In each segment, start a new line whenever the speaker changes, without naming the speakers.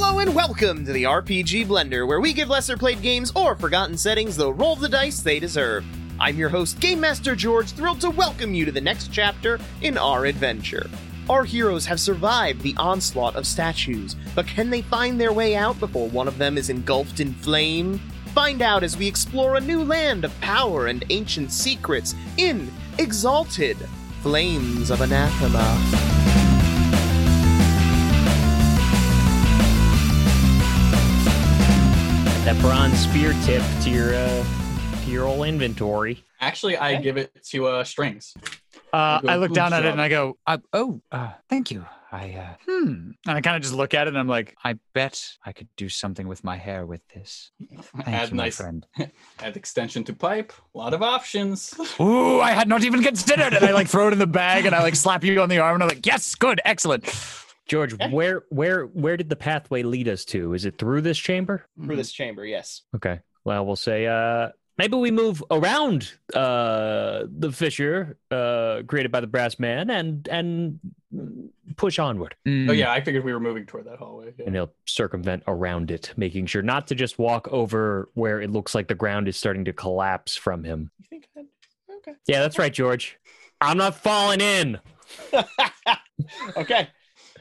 Welcome to the RPG Blender, where we give lesser played games or forgotten settings the roll of the dice they deserve. I'm your host, Game Master George, thrilled to welcome you to the next chapter in our adventure. Our heroes have survived the onslaught of statues, but can they find their way out before one of them is engulfed in flame? Find out as we explore a new land of power and ancient secrets in Exalted Flames of Anathema.
that bronze spear tip to your uh, to your old inventory.
Actually, I give it to uh, strings.
Uh,
You go,
I look
"Good
down at it
job."
and I go, I, "Oh, uh, thank you." I uh, hmm, and I kind of just look at it and I'm like, "I bet I could do something with my hair with this." Thank
add
you,
nice,
my friend.
add extension to pipe. A lot of options.
Hmm. Ooh, I had not even considered, and I like throw it in the bag and I like slap you on the arm and I'm like, "Yes, good, excellent."
George,
Okay.
where where where did the pathway lead us to? Is it through this chamber?
Through this chamber, yes.
Okay. Well, we'll say uh maybe we move around uh the fissure uh created by the brass man and and push onward.
Mm.
Oh yeah, I figured we were moving toward that hallway. yeah.
And he'll circumvent around it, making sure not to just walk over where it looks like the ground is starting to collapse from him.
You think? That, okay.
Yeah, that's right, George. I'm not falling in.
okay.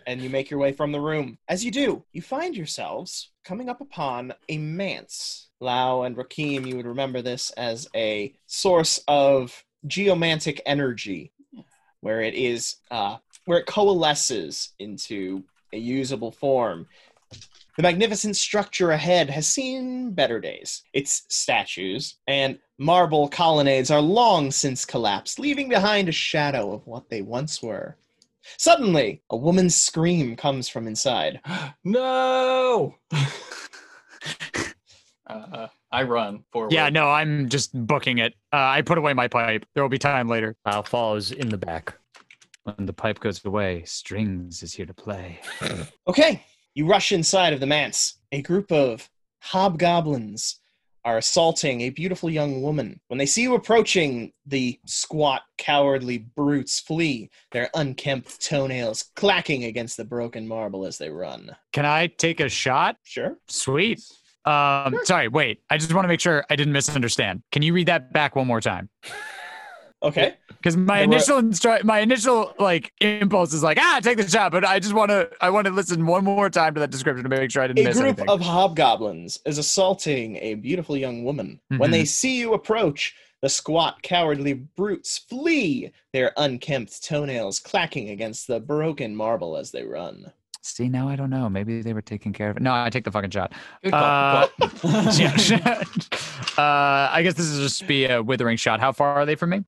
And you make your way from the room. As you do, you find yourselves coming up upon a manse. Lao and Rakim, you would remember this as a source of geomantic energy, where it is, uh, where it coalesces into a usable form. The magnificent structure ahead has seen better days. Its statues and marble colonnades are long since collapsed, leaving behind a shadow of what they once were. Suddenly, a woman's scream comes from inside.
No. uh, I run forward.
yeah. No, I'm just booking it. Uh, I put away my pipe. There will be time later.
I'll follows in the back.
When the pipe goes away, strings is here to play.
Okay, you rush inside of the manse. A group of hobgoblins are assaulting a beautiful young woman. When they see you approaching, the squat, cowardly brutes flee, their unkempt toenails clacking against the broken marble as they run.
Can I take a shot?
Sure.
Sweet. Um, sorry, wait. I just want to make sure I didn't misunderstand. Can you read that back one more time?
Okay.
Because my
There were-
initial instru- my initial like impulse is like, ah, take the shot, but I just want to I want to listen one more time to that description to make sure I didn't
a
miss
group
anything.
of hobgoblins is assaulting a beautiful young woman. When
Mhm.
they see you approach, the squat, cowardly brutes flee, their unkempt toenails clacking against the broken marble as they run.
See, now I don't know. Maybe they were taking care of it. No, I take the fucking shot.
Good call, good call.
Yeah. uh, I guess this is just be a withering shot. How far are they from me?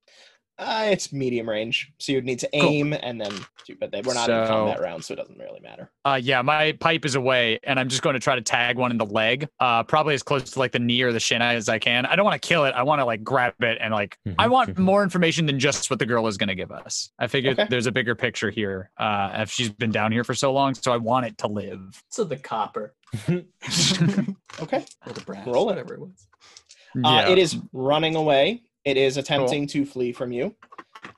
Uh, it's medium range, so you'd need to
Cool.
aim and then do, but they, we're not in
So-
combat round, so it doesn't really matter.
Uh, yeah, my pipe is away, and I'm just going to try to tag one in the leg, uh, probably as close to like the knee or the shin as I can. I don't want to kill it. I want to like grab it and like I
Mhm,
want
mhm.
more information than just what the girl is going to give us. I figure
Okay.
there's a bigger picture here. Uh, if she's been down here for so long, so I want it to live. Uh,
so the copper
Okay.
or the brass,
Roll it.
whatever it was.
Uh, it is running away. It is attempting to flee from you.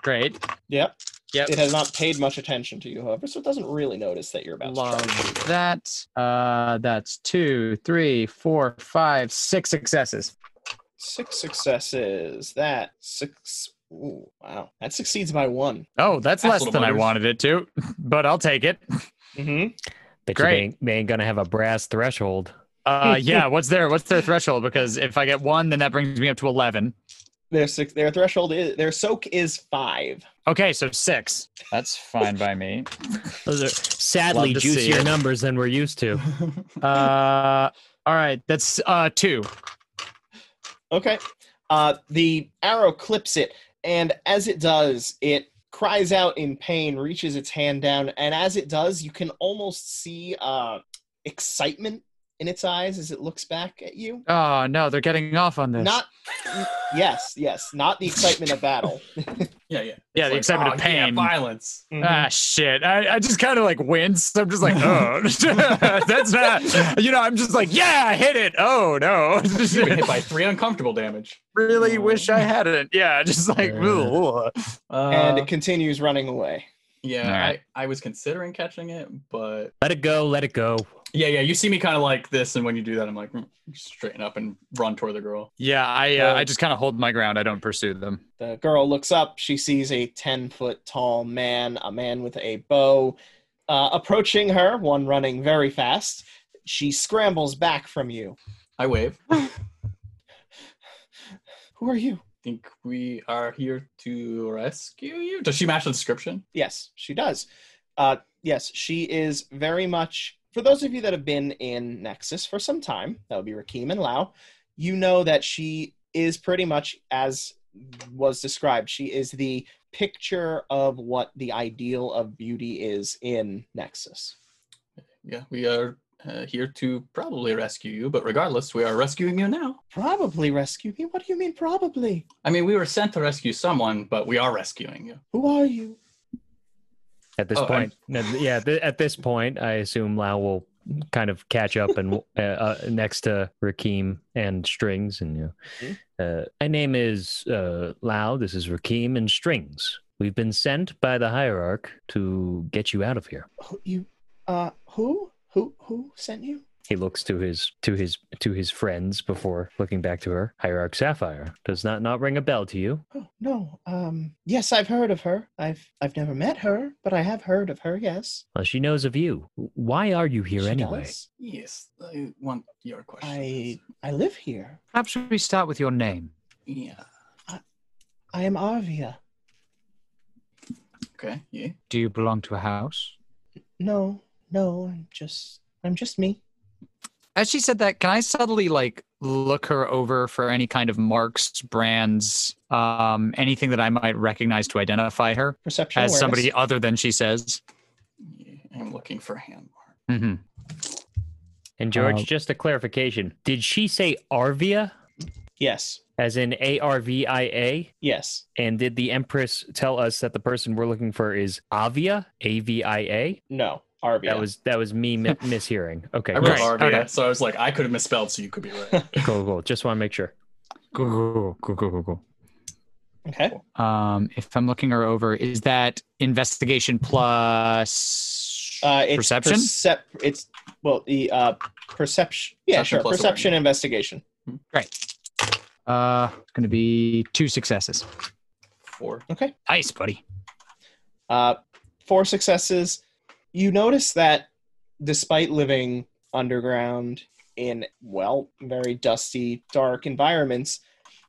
great.
Yep.
Yep.
It has not paid much attention to you, however, so it doesn't really notice that you're about to charge.
Love that. Uh, that's two, three, four, five, six successes.
Six successes. That six. Ooh, wow, that succeeds by one.
Oh, that's,
That's
less
little
than I
buggers.
wanted it to, but I'll take it.
Mm-hmm.
Bet you
Great.
they ain't, they ain't gonna have a brass threshold.
Uh, yeah. What's their What's their threshold? Because if I get one, then that brings me up to eleven.
Their six, their threshold is their soak is five.
Okay, so six. That's fine by me.
Those are sadly
Love to see
juicier
it.
numbers than we're used to.
Uh, all right, that's uh two.
Okay. Uh, the arrow clips it, and as it does, it cries out in pain, reaches its hand down, and as it does, you can almost see uh, excitement in its eyes as it looks back at you.
Oh no, they're getting off on this.
Not. Yes, yes, not the excitement of battle.
Yeah, yeah.
Yeah, the
It's like,
excitement of
"Oh, yeah,
pain."
violence.
Ah shit! I, I just kind of like wince. I'm just like, oh, that's not. You know, I'm just like, yeah, I hit it. Oh no,
You've been hit by three uncomfortable damage.
really wish I hadn't. Yeah, just like, ooh.
Uh,
and it continues running away.
yeah,
All right.
I, I was considering catching it, but
Let it go, let it go.
Yeah, yeah. You see me kind of like this, and when you do that, I'm like, mm, straighten up and run toward the girl.
Yeah, I uh,
Uh,
I just kind of hold my ground. I don't pursue them.
The girl looks up. She sees a 10 foot tall man, a man with a bow, uh, approaching her, one running very fast. She scrambles back from you.
I wave.
Who are you?
think we are here to rescue you. Does she match the description?
Yes, she does. Uh, yes, she is very much. For those of you that have been in Nexus for some time, that would be Rakim and Lau, you know that she is pretty much as was described. She is the picture of what the ideal of beauty is in Nexus.
Yeah, we are uh, here to probably rescue you, but regardless, we are rescuing you now.
Probably rescue me? What do you mean, probably?
I mean, we were sent to rescue someone, but we are rescuing you.
Who are you?
At this
Oh, I'm-
point, at- yeah. Th- at this point, I assume Lau will kind of catch up and uh, uh, next to Rakim and Strings, and you. Know, uh, my name is uh, Lau. This is Rakim and Strings. We've been sent by the hierarch to get you out of here.
Who, you, uh, who? Who, who sent you?
He looks to his to his to his friends before looking back to her. Hierarch Sapphire does not not ring a bell to you.
Oh, no. Um, yes, I've heard of her. I've, I've never met her, but I have heard of her, yes.
Well, she knows of you. Why are you here
She
anyway?
does.
Yes, I want your question.
I, I live here.
Perhaps we start with your name.
Yeah.
I am Arvia.
Okay. Yeah.
Do you belong to a house?
No, no, I'm just, I'm just me.
As she said that, can I subtly like look her over for any kind of marks, brands, um, anything that I might recognize to identify her
Perception
as somebody
awareness.
other than she says?
yeah. I'm looking for a handmark.
hmm
And George,
Uh,
just a clarification: Did she say Arvia,
Yes,
as in A R V I A?
yes.
And did the Empress tell us that the person we're looking for is Avia, A V I A?
No, Arvia.
That was that was me mi- mishearing. Okay,
I wrote
Right,
cool.
Arvia,
okay.
so I was like, I could have misspelled, so you could be right.
cool, cool. Just want to make sure.
Cool, cool, cool, cool, cool.
okay.
Um, if I'm looking her over, is that investigation plus
Uh, it's
perception?
Percep- it's well, the uh, perception. Yeah,
Perception
sure.
plus
Perception investigation.
uh, it's going to be two successes.
Four.
Okay.
Nice, buddy.
Uh, four successes. You notice that despite living underground in, well, very dusty, dark environments,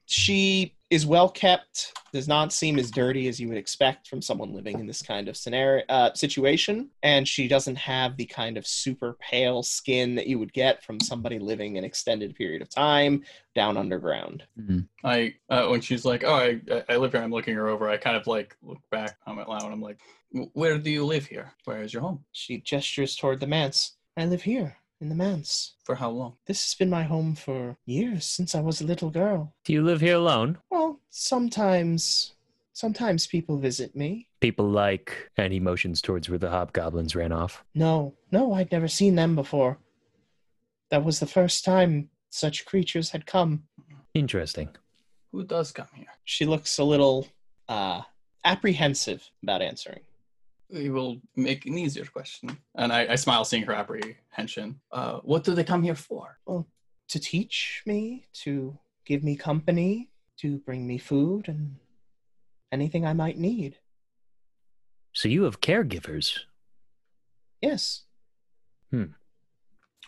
she is well kept, does not seem as dirty as you would expect from someone living in this kind of scenario uh, situation, and she doesn't have the kind of super pale skin that you would get from somebody living an extended period of time down underground.
Mm-hmm.
I uh, when she's like, "Oh, I, I- I live here," I'm looking her over. I kind of like look back. I'm at loud. and I'm like, "W- "Where do you live here? Where is your home?
She gestures toward the manse. I live here in the manse.
For how long?"
This has been my home for years since I was a little girl.
Do you live here alone?
Well, sometimes, sometimes people visit me.
People like, and he motions towards where the hobgoblins ran off.
No, no, I'd never seen them before. That was the first time such creatures had come.
Interesting.
Who does come here?
She looks a little, uh, apprehensive about answering.
We will make an easier question. And I, I smile, seeing her apprehension. Uh, what do they come here for?
To teach me, to give me company, to bring me food and anything I might need.
So you have caregivers.
Yes,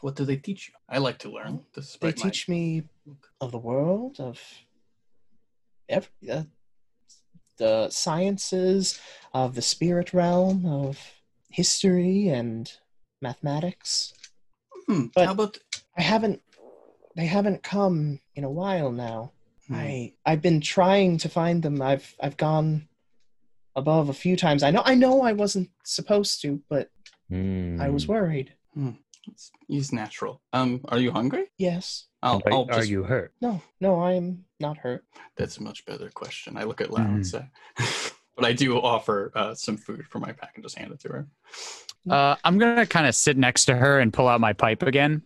What do they teach you? I like to learn.
they
Despite
teach me of the world of every, uh, the sciences of the spirit realm of history and mathematics
My... Hmm,
but-
How about?
i haven't they haven't come in a while now
hmm.
i i've been trying to find them i've i've gone above a few times i know i know i wasn't supposed to but
Hmm.
i was worried
It's, it's natural. Um, are you hungry?
yes
I'll,
are,
I'll
are
just,
you hurt?
no no i'm not hurt
That's a much better question. I look at Lau
Hmm.
and say, but I do offer uh, some food from my pack and just hand it to her.
Uh, I'm gonna kind of sit next to her and pull out my pipe again.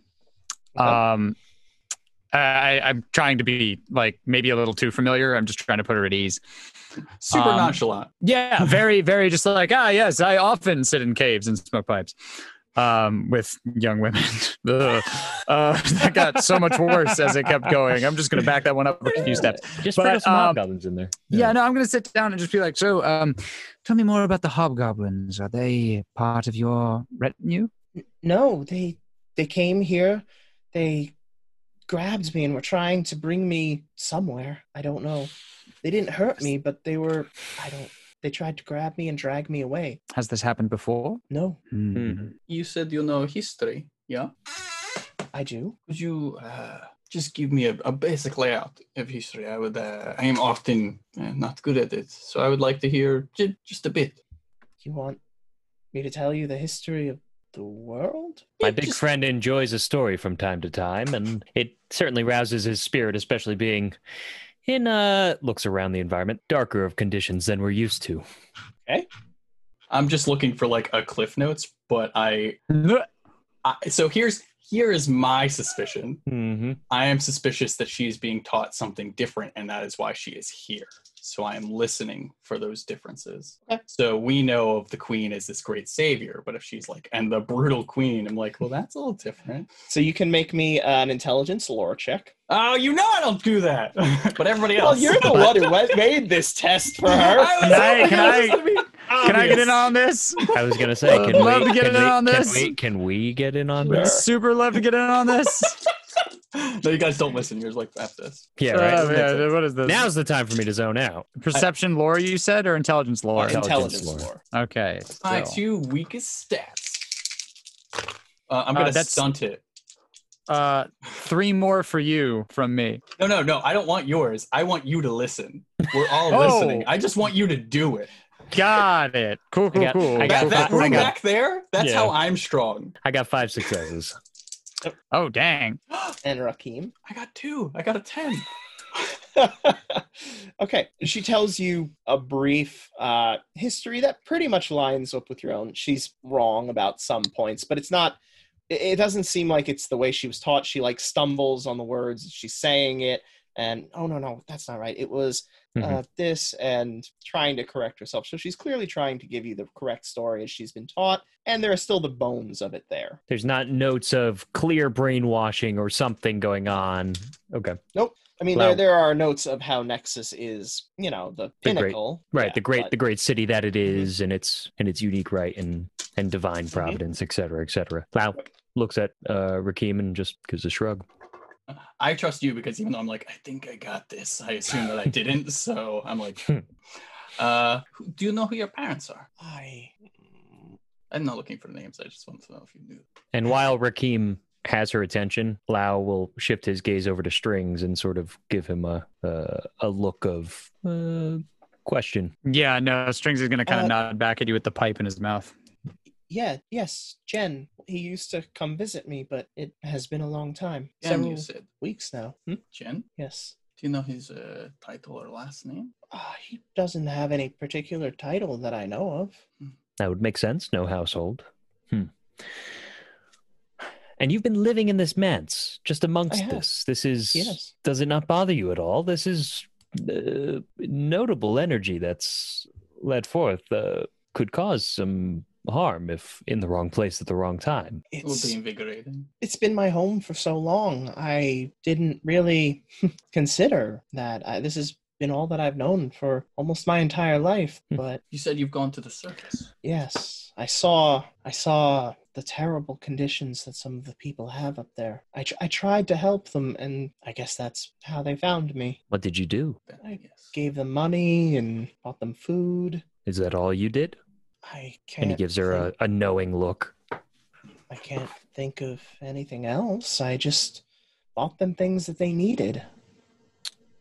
Um, I, I'm trying to be like maybe a little too familiar. I'm just trying to put her at ease.
Super
Um,
nonchalant.
Yeah, very, very, just like ah, yes. I often sit in caves and smoke pipes. um, with young women. Ugh. uh, that got so much worse as it kept going. I'm just going to back that one up a few steps.
Just
But,
sprinkle some
um,
hobgoblins in there.
Yeah, no, I'm going to sit down and just be like, so um, tell me more about the hobgoblins. Are they part of your retinue?
No, they they came here. They grabbed me and were trying to bring me somewhere. I don't know. They didn't hurt me, but they were I don't they tried to grab me and drag me away.
Has this happened before?
No,
Hmm.
You said you know history, yeah?
I do.
Could you uh, just give me a, a basic layout of history? I would. Uh, I am often uh, not good at it, so I would like to hear j- just a bit.
You want me to tell you the history of the world?
My
Yeah,
big
just-
friend enjoys a story from time to time, and it certainly rouses his spirit, especially being in uh looks around the environment darker of conditions than we're used to.
I'm just looking for like a cliff notes, but I,
Hmm.
I. So here's here is my suspicion.
Mm-hmm.
I am suspicious that she is being taught something different, and that is why she is here. So I am listening for those differences.
Okay.
So we know of the queen as this great savior, but if she's like, and the brutal queen, I'm like, well, that's a little different.
So you can make me an intelligence lore check.
Oh, you know I don't do that. but everybody
Well,
else.
you're the one who went- made this test for her.
I was
Can I-
hoping
can
that
I-
was gonna be
Can I get in
obvious.
on this?
I was gonna say, can
Love
we
to get
can
in
we-
on
can
this.
we- can we get in on
Sure.
this?
Super love to get in on this.
no, you guys don't listen. You're just like, F this.
Yeah, right.
Oh, man, what is this?
Now's the time for me to zone out.
perception lore you said or intelligence lore?
Intelligence
intelligence
lore.
lore.
Okay.
My
still.
two weakest stats. Uh, I'm gonna
that's-
stunt it.
Uh, three more for you from me.
No, no, no. I don't want yours. I want you to listen. We're all
Oh.
listening. I just want you to do it.
Got it. Cool, cool,
got-
cool.
I got
That, that
I
room
got-
back there. That's
Yeah.
how I'm strong.
I got five successes.
oh, dang.
and Rakim.
I got two. I got a ten.
okay. She tells you a brief uh, history that pretty much lines up with your own. She's wrong about some points, but it's not. It it doesn't seem like it's the way she was taught. She like stumbles on the words as she's saying it, and oh no no that's not right. It was
Mm-hmm.
uh, this and trying to correct herself. So she's clearly trying to give you the correct story as she's been taught, and there are still the bones of it there.
There's not notes of clear brainwashing or something going on. Okay.
I mean,
Wow.
there there are notes of how Nexus is, you know, the
The great-
pinnacle,
right
Yeah,
the great
but- Mm-hmm.
the great city that it is and its and its unique right and and divine providence et cetera et cetera Lau looks at uh rakim and just gives a shrug
I trust you because even though I'm like, I think I got this. I assume that I didn't. So I'm like, uh, who- do you know who your parents are?
I. mm,
I'm not looking for names. I just want to know if you knew.
and while rakim has her attention lao will shift his gaze over to strings and sort of give him a a, a look of uh, question
Yeah, no, Strings is going to kind of
Uh,
nod back at you with the pipe in his mouth.
Yeah, yes, Jen. He used to come visit me, but it has been a long time.
Jen,
several
you said.
weeks now. Hmm?
Jen,
Yes.
do you know his uh, title or last name?
Uh, he doesn't have any particular title that I know of.
that would make sense no household hmm. and you've been living in this manse just amongst
have.
this this is
Yes.
does it not bother you at all? This is uh, notable energy that's let forth uh, could cause some harm if in the wrong place at the wrong time.
It will
It's
be invigorating.
it's been my home for so long. I didn't really consider that. I, this has been all that I've known for almost my entire life,
Hmm.
but
You said you've gone to the circus.
Yes, I saw. I saw the terrible conditions that some of the people have up there. I, tr- I tried to help them, and I guess that's how they found me.
What did you do?
Then,
I
yes.
Gave them money and bought them food.
Is that all you did?
I can't.
And he gives her a,
think-
a knowing look.
I can't think of anything else. I just bought them things that they needed.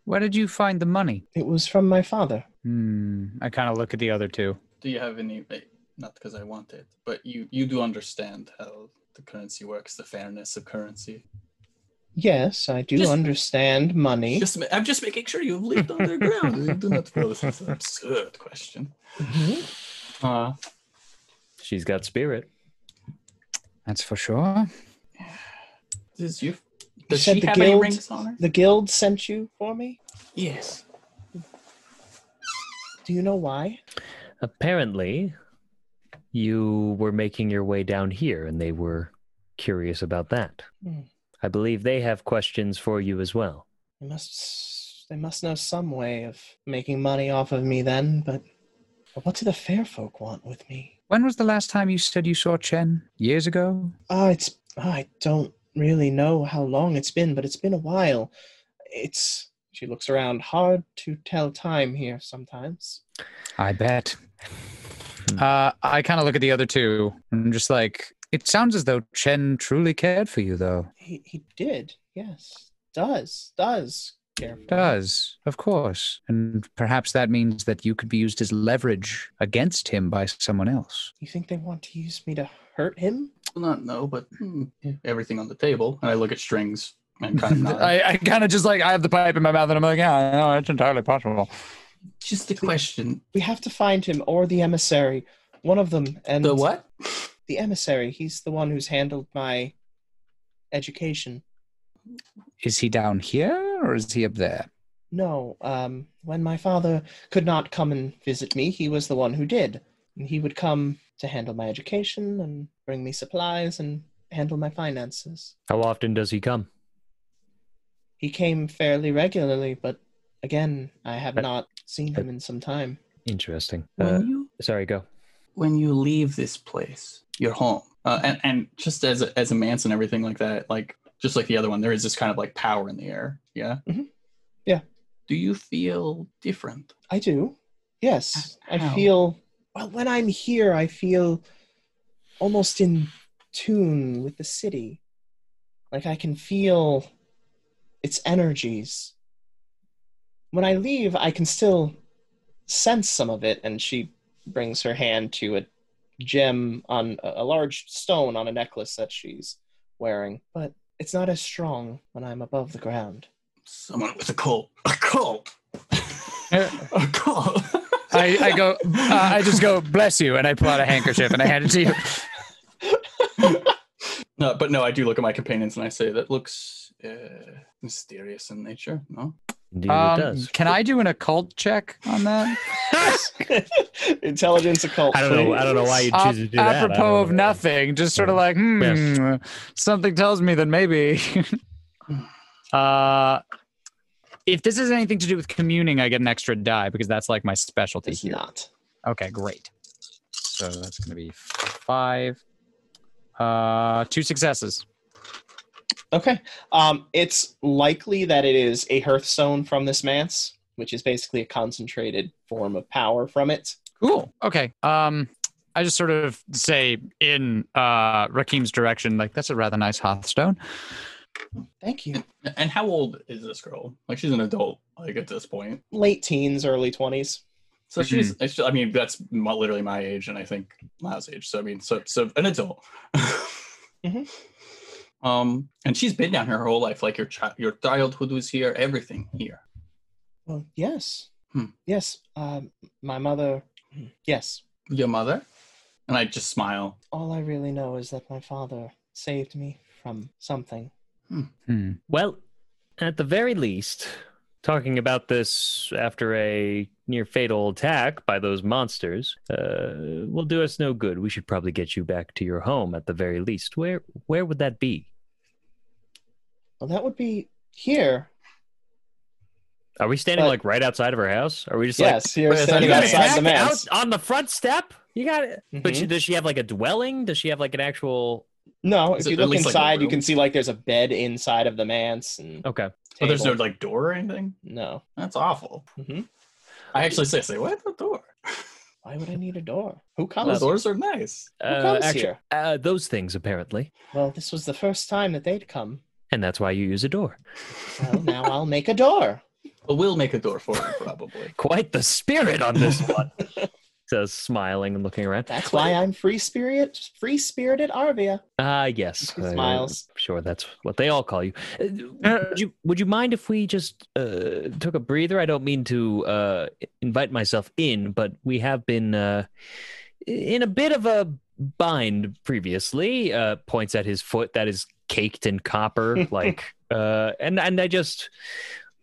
Where did you find the money?
It was from my father.
Hmm. I kind of look at the other two.
Do you have any? eh, Not because I want it, but you you do understand how the currency works, the fairness of currency.
Yes, I do
Just-
understand money.
Just, ma- I'm just making sure you've lived underground. You do not feel this is an absurd question.
Mhm.
Uh,
She's got spirit.
That's for sure.
does you, does
said
she
the
have any
guild-
rings on her?
The guild sent you for me.
Yes.
Do you know why?
Apparently, you were making your way down here and they were curious about that.
Hmm.
I believe they have questions for you as well.
They must they must know some way of making money off of me then, but, but what do the fair folk want with me?
When was the last time you said you saw Chen? Years ago?
Ah, it's I don't really know how long it's been, but it's been a while. It's she looks around hard to tell time here sometimes.
I bet.
Hmm.
Uh, I kind of look at the other two. and I'm just like, it sounds as though Chen truly cared for you, though.
He he did, yes. Does, does care for me.
Does, of course. And perhaps that means that you could be used as leverage against him by someone else.
You think they want to use me to hurt him?
Well, not no, but hmm, yeah, everything on the table. And I look at strings and kind of nod.
I, I kind of just like, I have the pipe in my mouth and I'm like, yeah, no, it's entirely possible.
Just a question.
We have to find him or the emissary. One of them and
The what?
the emissary. He's the one who's handled my education.
Is he down here or is he up there?
No, um, when my father could not come and visit me, he was the one who did. And he would come to handle my education and bring me supplies and handle my finances.
How often does he come?
He came fairly regularly, but again, I have
Uh,
not seen him in some time.
Interesting.
When
Uh,
you
sorry, go.
when you leave this place, your home, uh, and and just as a, as a manse and everything like that, like just like the other one, there is this kind of like power in the air. Yeah.
Mm-hmm.
Mhm. Yeah.
Do you feel different?
I do. Yes. I
How?
feel well when I'm here I feel almost in tune with the city. Like I can feel its energies. When I leave I can still sense some of it and she brings her hand to a gem on a a large stone on a necklace that she's wearing, but it's not as strong when I'm above the ground.
Someone with a cult. A cult. a cult.
I, I go, uh, I just go, bless you. And I pull out a handkerchief and I hand it to you.
No, but no, I do look at my companions and I say that looks uh, mysterious in nature. No.
Indeed, it
Um,
does.
can I do an occult check on that?
Intelligence occult.
I don't know. I don't know why
please.
you
Ap-
choose to do that. I don't
apropos of
know.
nothing, just sort of
Yeah.
like, hmm,
Yes.
something tells me that maybe. uh, if this has anything to do with communing, I get an extra die because that's like my specialty
It's
here.
not.
Okay, great. So that's going to be five, uh, two successes.
Okay. Um, it's likely that it is a hearthstone from this manse, which is basically a concentrated form of power from it.
Cool. Okay. Um, I just sort of say in uh, Rakim's direction, like that's a rather nice hearthstone.
Thank you.
And how old is this girl? Like she's an adult, like at this point.
Late teens, early 20s.
So she's.
Mm-hmm.
it's- I mean, that's my, literally my age, and I think Lau's age. So I mean, so so an adult.
Mm-hmm.
Mhm.
Um, and she's been down here her whole life. Like your child, your childhood was here. Everything here.
Well, yes.
Hmm.
Yes. Um, my mother. Yes.
Your mother. And I just smile.
All I really know is that my father saved me from something.
Hmm.
Well, at the very least, talking about this after a near fatal attack by those monsters uh, will do us no good. We should probably get you back to your home at the very least. Where where would that be?
Well, that would be here.
Are we standing
Uh,
like right outside of her house? Are we just
yes, here
Wait, I thought
standing
you meant
outside the
like back
manse.
out on the front step? You got it.
Mhm.
But she, does she have like a dwelling? Does she have like an actual?
No,
Is
if
it
you
at
look
least like a
inside, you
room?
can see like there's a bed inside of the manse. And
Okay.
Oh, there's no
table.
like door or anything.
no.
That's awful.
Mhm.
I actually say, say what the door?
Why would I need a door? Who
Oh,
Those
comes?
doors are nice.
Who comes
actu-
here?
uh, those things apparently,
Well, this was the first time that they'd come.
and that's why you use a door.
Well, now I'll make a door.
But we'll make a door for you probably.
quite the spirit on this one. Says smiling and looking around.
That's why I'm free spirit, free spirited Arvia.
Ah, yes.
He
I-
smiles.
sure, that's what they all call you. Uh, Would you, would you mind if we just uh, took a breather? I don't mean to uh, invite myself in, but we have been uh, in a bit of a bind previously. Uh, points at his foot that is caked in copper, like, uh, and and I just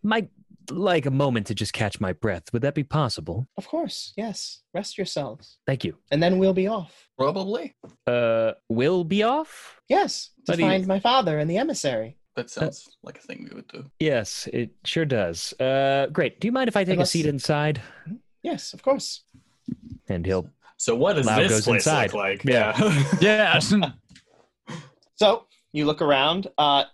my like a moment to just catch my breath. Would that be possible?
Of course, yes. Rest yourselves,
Thank you.
and then we'll be off.
Probably.
Uh, will be off?
Yes, to
But he-
find my father and the emissary.
That sounds like a thing we would do.
Yes, it sure does. Uh, great. Do you mind if I take
Unless-
a seat inside?
Yes, of course.
And he'll
So what does
Lao
this
goes
place
inside.
look like?
Yeah.
Yeah.
So you look around. Uh,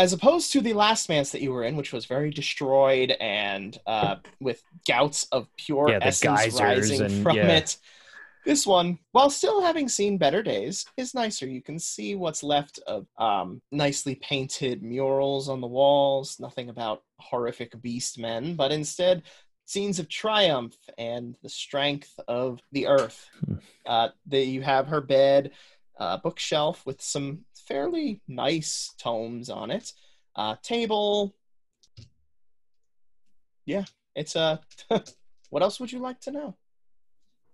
as opposed to the last manse that you were in, which was very destroyed and uh, with gouts of pure
Yeah, the
essence
geysers
rising
and-
from
yeah.
it, this one, while still having seen better days, is nicer. You can see what's left of um, nicely painted murals on the walls. Nothing about horrific beast men, but instead scenes of triumph and the strength of the earth.
Hmm.
Uh, that you have her bed, uh, bookshelf with some fairly nice tomes on it, uh, table. Yeah, it's a. what else would you like to know?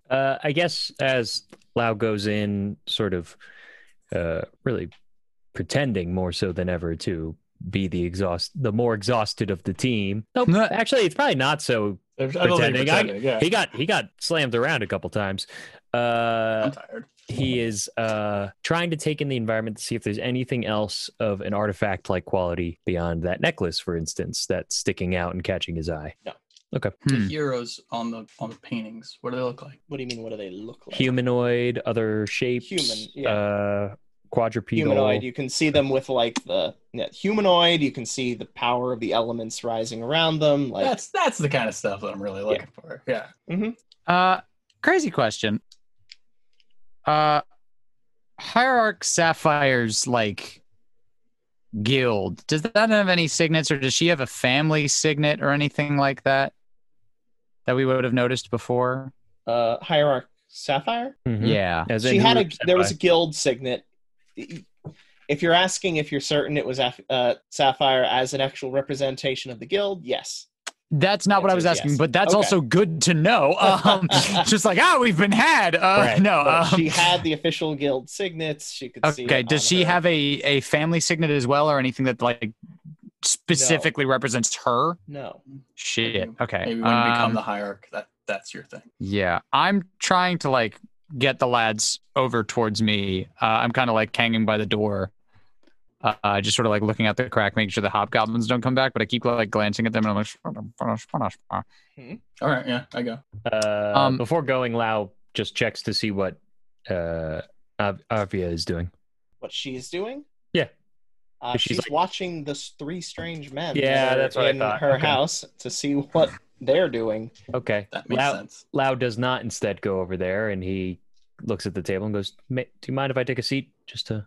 Uh, I guess as Lau goes in, sort of uh, really pretending more so than ever to be the exhaust, the more exhausted of the team. Nope.
No.
Actually, it's probably not so.
I don't think
Pretending. I-
pretending, yeah.
He got he got slammed around a couple times. Uh,
I'm tired.
he is uh, trying to take in the environment to see if there's anything else of an artifact like quality beyond that necklace, for instance, that's sticking out and catching his eye.
Hmm.
The heroes on the on the paintings. What do they look like?
What do you mean? What do they look like?
Humanoid, other shapes,
Human, yeah.
uh, quadrupedal.
humanoid. You can see them with like the yeah, humanoid. You can see the power of the elements rising around them. Like
that's that's the kind of stuff that I'm really looking for. Yeah.
Uh, crazy question. Uh, Hierarch Sapphire's like guild. Does that have any signets, or does she have a family signet or anything like that that we would have noticed before?
uh, hierarch sapphire.
Mhm.
Yeah.
As
she
in
had
who
a
was sent
there was a
by.
guild signet. If you're asking if you're certain it was Af- uh, sapphire as an actual representation of the guild, yes.
That's not what I was
Answer is
asking,
yes.
but that's
Okay.
also good to know. Um, just like ah, we've been had. Uh,
Right.
No,
But
um,
she had the official guild signets. She could see.
Okay.
it
Does
on
she
her.
have a, a family signet as well, or anything that like specifically represents her?
No.
Shit.
Maybe-
Okay.
Maybe when you
um,
Mm-hmm. become the hierarch, that that's your thing.
Yeah, I'm trying to like get the lads over towards me. Uh, I'm kind of like hanging by the door, uh, just sort of like looking out the crack, making sure the hobgoblins don't come back. But I keep like glancing at them, and I'm like,
All right, yeah, I go.
Uh,
Um,
before going, Lau just checks to see what uh, Av- Avia is doing.
What she is doing?
Yeah.
Uh,
But
she's
she's like-
watching the s- three strange men.
Yeah,
that are
that's what I
in
thought.
Her
Okay.
house to see what they're doing.
Okay.
That makes
Lau,
sense.
Lau does not instead go over there, and he looks at the table and goes, "Ma- "Do you mind if I take a seat just to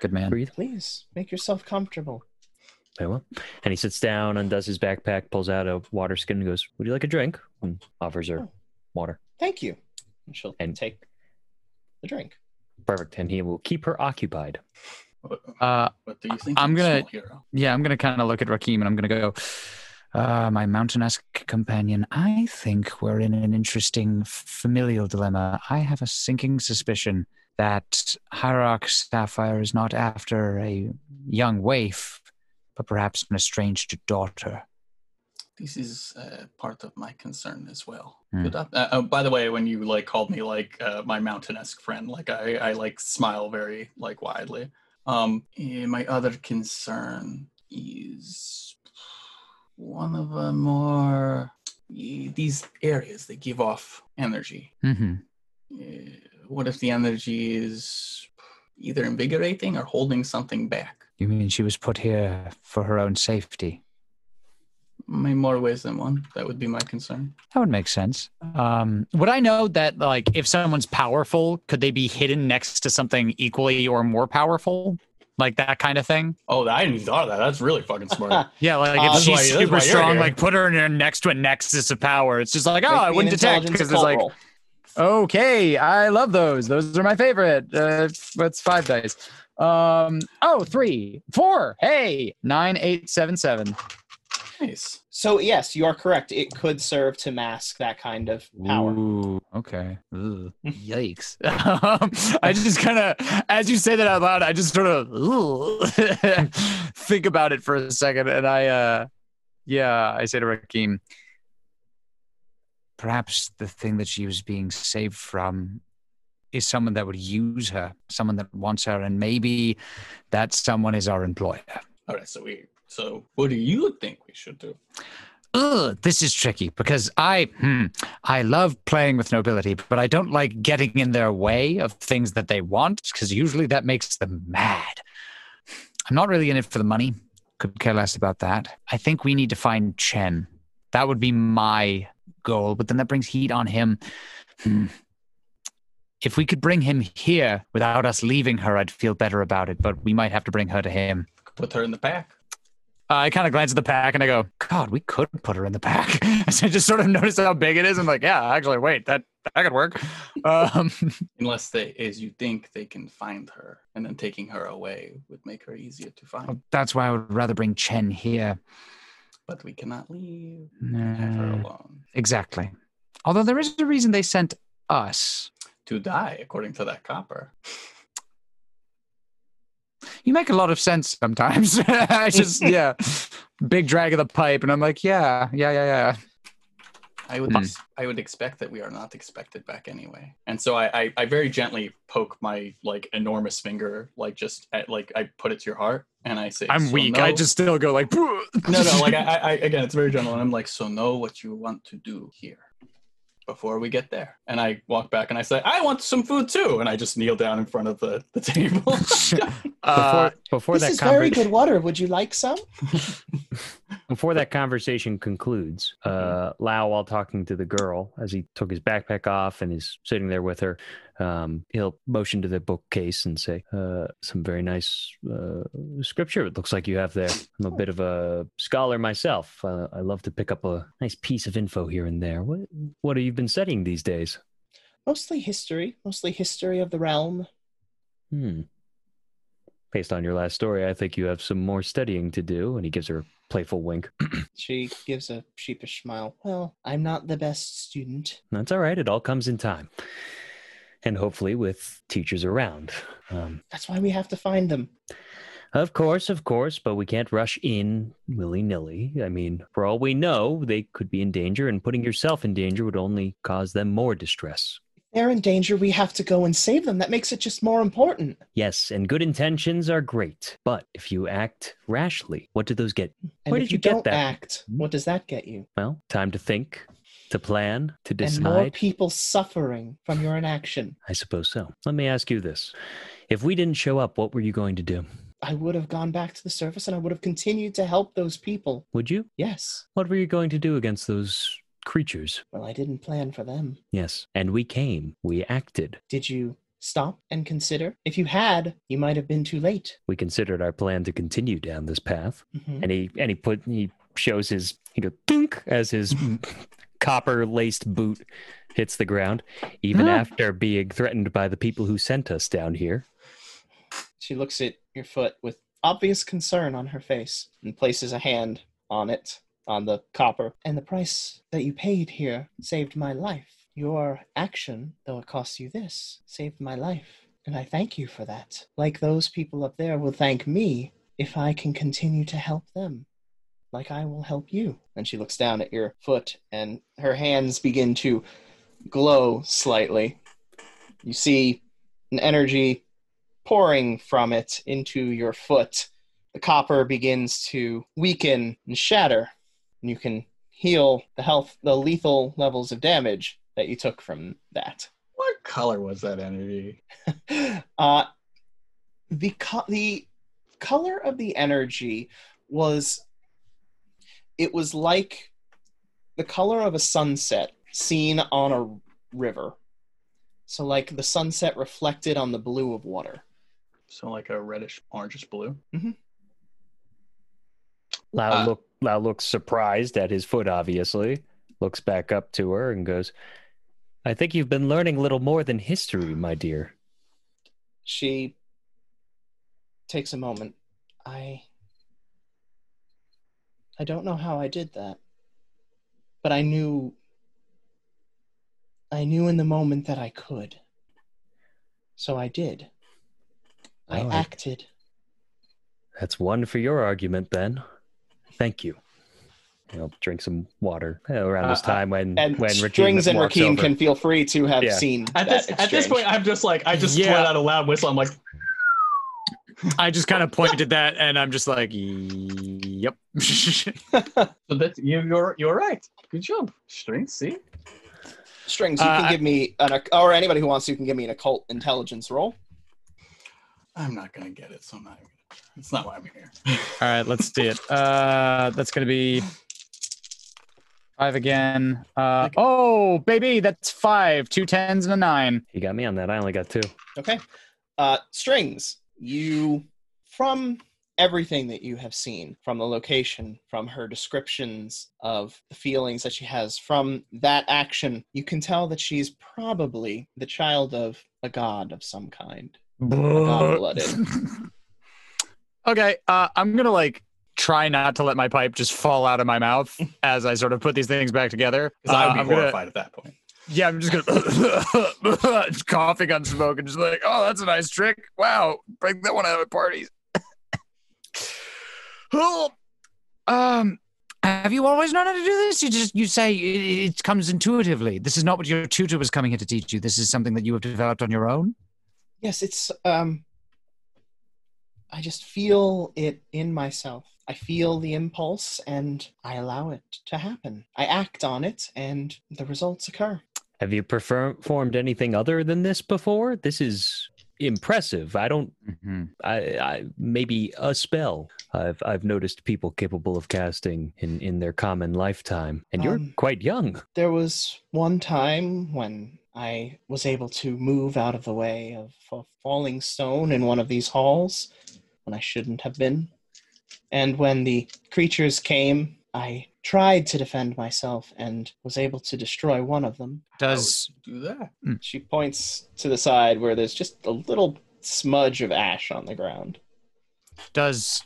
good man.
breathe?"
Please make yourself comfortable.
Very Oh, well. And he sits down, undoes his backpack, pulls out a water skin, and goes, "Would you like a drink?" And offers her
Oh.
water.
Thank you. And she'll
And-
take the drink.
Perfect. And he will keep her occupied.
What,
Uh,
what do you think?
I'm
of a
gonna-
small hero?
yeah, I'm gonna kind of look at Rakim, and I'm gonna go. Uh, my mountain-esque companion, I think we're in an interesting familial dilemma. I have a sinking suspicion that Hierarch Sapphire is not after a young waif, but perhaps an estranged daughter.
This is uh, part of my concern as well.
Hmm.
Good up- uh, oh, by the way, when you like called me like uh, my mountain-esque friend, like I, I like smile very like widely. Um, eh, my other concern is one of a more eh, these areas they give off energy.
Mm-hmm.
Eh, what if the energy is either invigorating or holding something back?
You mean she was put here for her own safety?
In more ways than one, that would be my concern.
That would make sense. Um, would I know that, like, if someone's powerful, could they be hidden next to something equally or more powerful? Like that kind of thing?
Oh, I didn't even thought of that. That's really fucking smart.
Yeah, like
Uh,
if
that's
she's
why- that's why
super
you're
strong,
here.
like put her in a- next to a nexus of power. It's just like, oh,
Make
I
me
wouldn't
an
detect
intelligence
because it's
occult
like,
roll.
okay, I love those. Those are my favorite. Uh, that's five dice. Um, oh, three, four. Hey, nine, eight, seven, seven.
nice.
So yes, you are correct. It could serve to mask that kind of power.
Ooh, okay. Ugh, yikes. um, I just kind of, as you say that out loud, I just sort of think about it for a second, and I, uh, Yeah, I say to Rakim, perhaps the thing that she was being saved from is someone that would use her, someone that wants her, and maybe that someone is our employer.
All right, so we. So, what do you think we should do?
Ugh, this is tricky because I hmm, I love playing with nobility, but I don't like getting in their way of things that they want because usually that makes them mad. I'm not really in it for the money. Could care less about that. I think we need to find Chen. That would be my goal, but then that brings heat on him. Hmm. If we could bring him here without us leaving her, I'd feel better about it, but we might have to bring her to him.
Put her in the pack.
Uh, I kind of glance at the pack and I go, God, we could put her in the pack. so I just sort of notice how big it is. I'm like, yeah, actually, wait, that that could work. Um,
Unless they, as you think, they can find her, and then taking her away would make her easier to find.
that's why I would rather bring Chen here.
But we cannot leave.
Uh.
and Have her
Nah.
alone
Exactly. Although there is a reason they sent us.
to die, according to that copper.
You make a lot of sense sometimes. I just, yeah, big drag of the pipe. And I'm like, yeah, yeah, yeah, yeah.
I would
Hmm.
ex- I would expect that we are not expected back anyway. And so I, I I very gently poke my like enormous finger like just at like I put it to your heart and I say
I'm
"So
weak.
know-
I just still go like, no,
no no like I, I I- again it's very gentle and I'm like so know what you want to do here before we get there and I walk back and I say I want some food too and I just kneel down in front of the the table.
uh,
Before, before
Uh, This
that
is very
conver-
good water. Would you like some?
before that conversation concludes, uh, Lau, while talking to the girl as he took his backpack off and is sitting there with her, um, he'll motion to the bookcase and say, uh, "Some very nice uh, scripture. It looks like you have there. I'm a bit of a scholar myself. Uh, I love to pick up a nice piece of info here and there. What what have you been studying these days?
Mostly history, mostly history of the realm.
Hmm. Based on your last story, I think you have some more studying to do." And he gives her a playful wink.
She gives a sheepish smile. Well, I'm not the best student.
That's all right. It all comes in time. And hopefully with teachers around. Um,
That's why we have to find them.
of course, of course, but we can't rush in willy nilly. I mean, for all we know, they could be in danger, and putting yourself in danger would only cause them more distress.
They're in danger. We have to go and save them. That makes it just more important.
Yes, and good intentions are great, but if you act rashly, what do those get?
And
Where
if
did
you,
you get
don't
that? Hmm?
act, what does that get you?
Well, time to think, to plan, to
And more
decide.
people suffering from your inaction.
I suppose so. Let me ask you this if we didn't show up, what were you going to do?
I would have gone back to the surface and I would have continued to help those people.
Would you?
Yes.
What were you going to do against those creatures?
Well, I didn't plan for them.
Yes. And we came. We acted.
Did you stop and consider? If you had, you might have been too late.
We considered our plan to continue down this path.
Mhm.
And he and he put he shows his he goes dunk as his copper laced boot hits the ground, even
Ah.
after being threatened by the people who sent us down here.
She looks at your foot with obvious concern on her face and places a hand on it, on the copper. And the price that you paid here saved my life. Your action, though it cost you this, saved my life. And I thank you for that. Like those people up there will thank me if I can continue to help them. Like I will help you. And she looks down at your foot, and her hands begin to glow slightly. You see an energy pouring from it into your foot. The copper begins to weaken and shatter, and you can heal the health, the lethal levels of damage that you took from that.
what color was that energy?
Uh, the co- the color of the energy was it was like the color of a sunset seen on a river. So like the sunset reflected on the blue of water.
So like a reddish orangish blue.
Lao
Uh.
look Lao looks surprised at his foot, obviously, looks back up to her and goes, I think you've been learning little more than history, my dear.
she takes a moment i i don't know how i did that but i knew i knew in the moment that i could so i did i
Well, I-
acted
That's one for your argument, then. Thank you. I'll drink some water uh, around this
Uh, uh,
time when
And
when Rakeem
Strings and
walks
Rakim
over.
can feel free to have
Yeah.
seen
At
that
this at this
exchange.
point, I'm just like I just
Yeah.
let out a loud whistle. I'm like,
I just kind of pointed that, and I'm just like, "Yep."
so that's you, you're you're right. Good job, strength. See,
Strings, you
Uh,
can
I-
give me an occ- or anybody who wants to, you can give me an occult intelligence roll.
I'm not gonna get it, so I'm not. even- It's not why I'm here.
All right, let's do it. Uh, that's gonna be
Five again. Uh, oh, baby, that's five. Two tens and a nine.
You got me on that. I only got two.
Okay. Uh, strings, you, from everything that you have seen, from the location, from her descriptions of the feelings that she has, from that action, you can tell that she's probably the child of a god of some kind. God blooded.
okay. Uh, I'm gonna like try not to let my pipe just fall out of my mouth as I sort of put these things back together. Uh,
Because I would be
am
horrified at that point.
yeah, I'm just gonna coughing on smoke and just like, oh, that's a nice trick. Wow, bring that one out at parties. Oh,
Um, have you always known how to do this? You just you say it, it comes intuitively. This is not what your tutor was coming here to teach you. This is something that you have developed on your own.
Yes, it's, um, I just feel it in myself. I feel the impulse and I allow it to happen. I act on it and the results occur.
Have you perfer- performed anything other than this before? This is impressive. I don't. I, I maybe a spell. I've I've noticed people capable of casting in in their common lifetime, and you're
Um,
quite young.
there was one time when I was able to move out of the way of a falling stone in one of these halls when I shouldn't have been. And when the creatures came, I tried to defend myself and was able to destroy one of them.
Does
Do that.
She points to the side where there's just a little smudge of ash on the ground.
does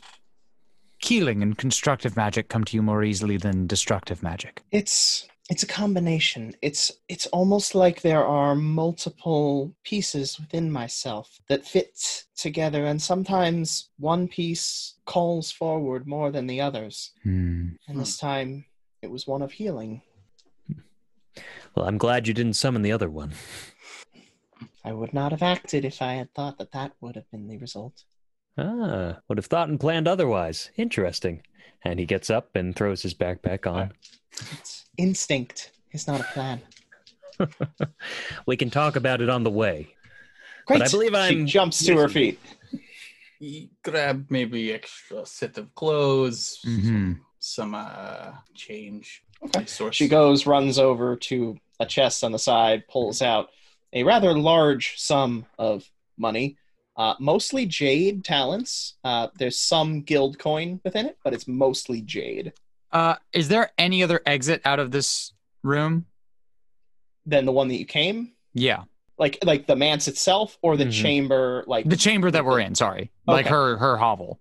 healing and constructive magic come to you more easily than destructive magic?
It's it's a combination. It's it's almost like there are multiple pieces within myself that fit together and sometimes one piece calls forward more than the others.
Hmm.
And this time it was one of healing.
Well, I'm glad you didn't summon the other one.
I would not have acted if I had thought that that would have been the result.
Ah, would have thought and planned otherwise. Interesting. And he gets up and throws his backpack on.
It's instinct is not a plan.
We can talk about it on the way.
Great.
I believe I'm
she jumps to her feet.
You grab maybe extra set of clothes,
Mhm.
some uh change.
Mm-hmm. Okay.
Source.
She goes, runs over to a chest on the side, pulls
Mm-hmm.
out a rather large sum of money, uh, mostly jade talents. Uh, there's some guild coin within it, but it's mostly jade.
Uh, is there any other exit out of this room?
Then the one that you came,
Yeah,
like like the manse itself, or the
Mhm.
chamber, like
Mm-hmm. the chamber that we're in. Sorry, like
Okay.
her her hovel.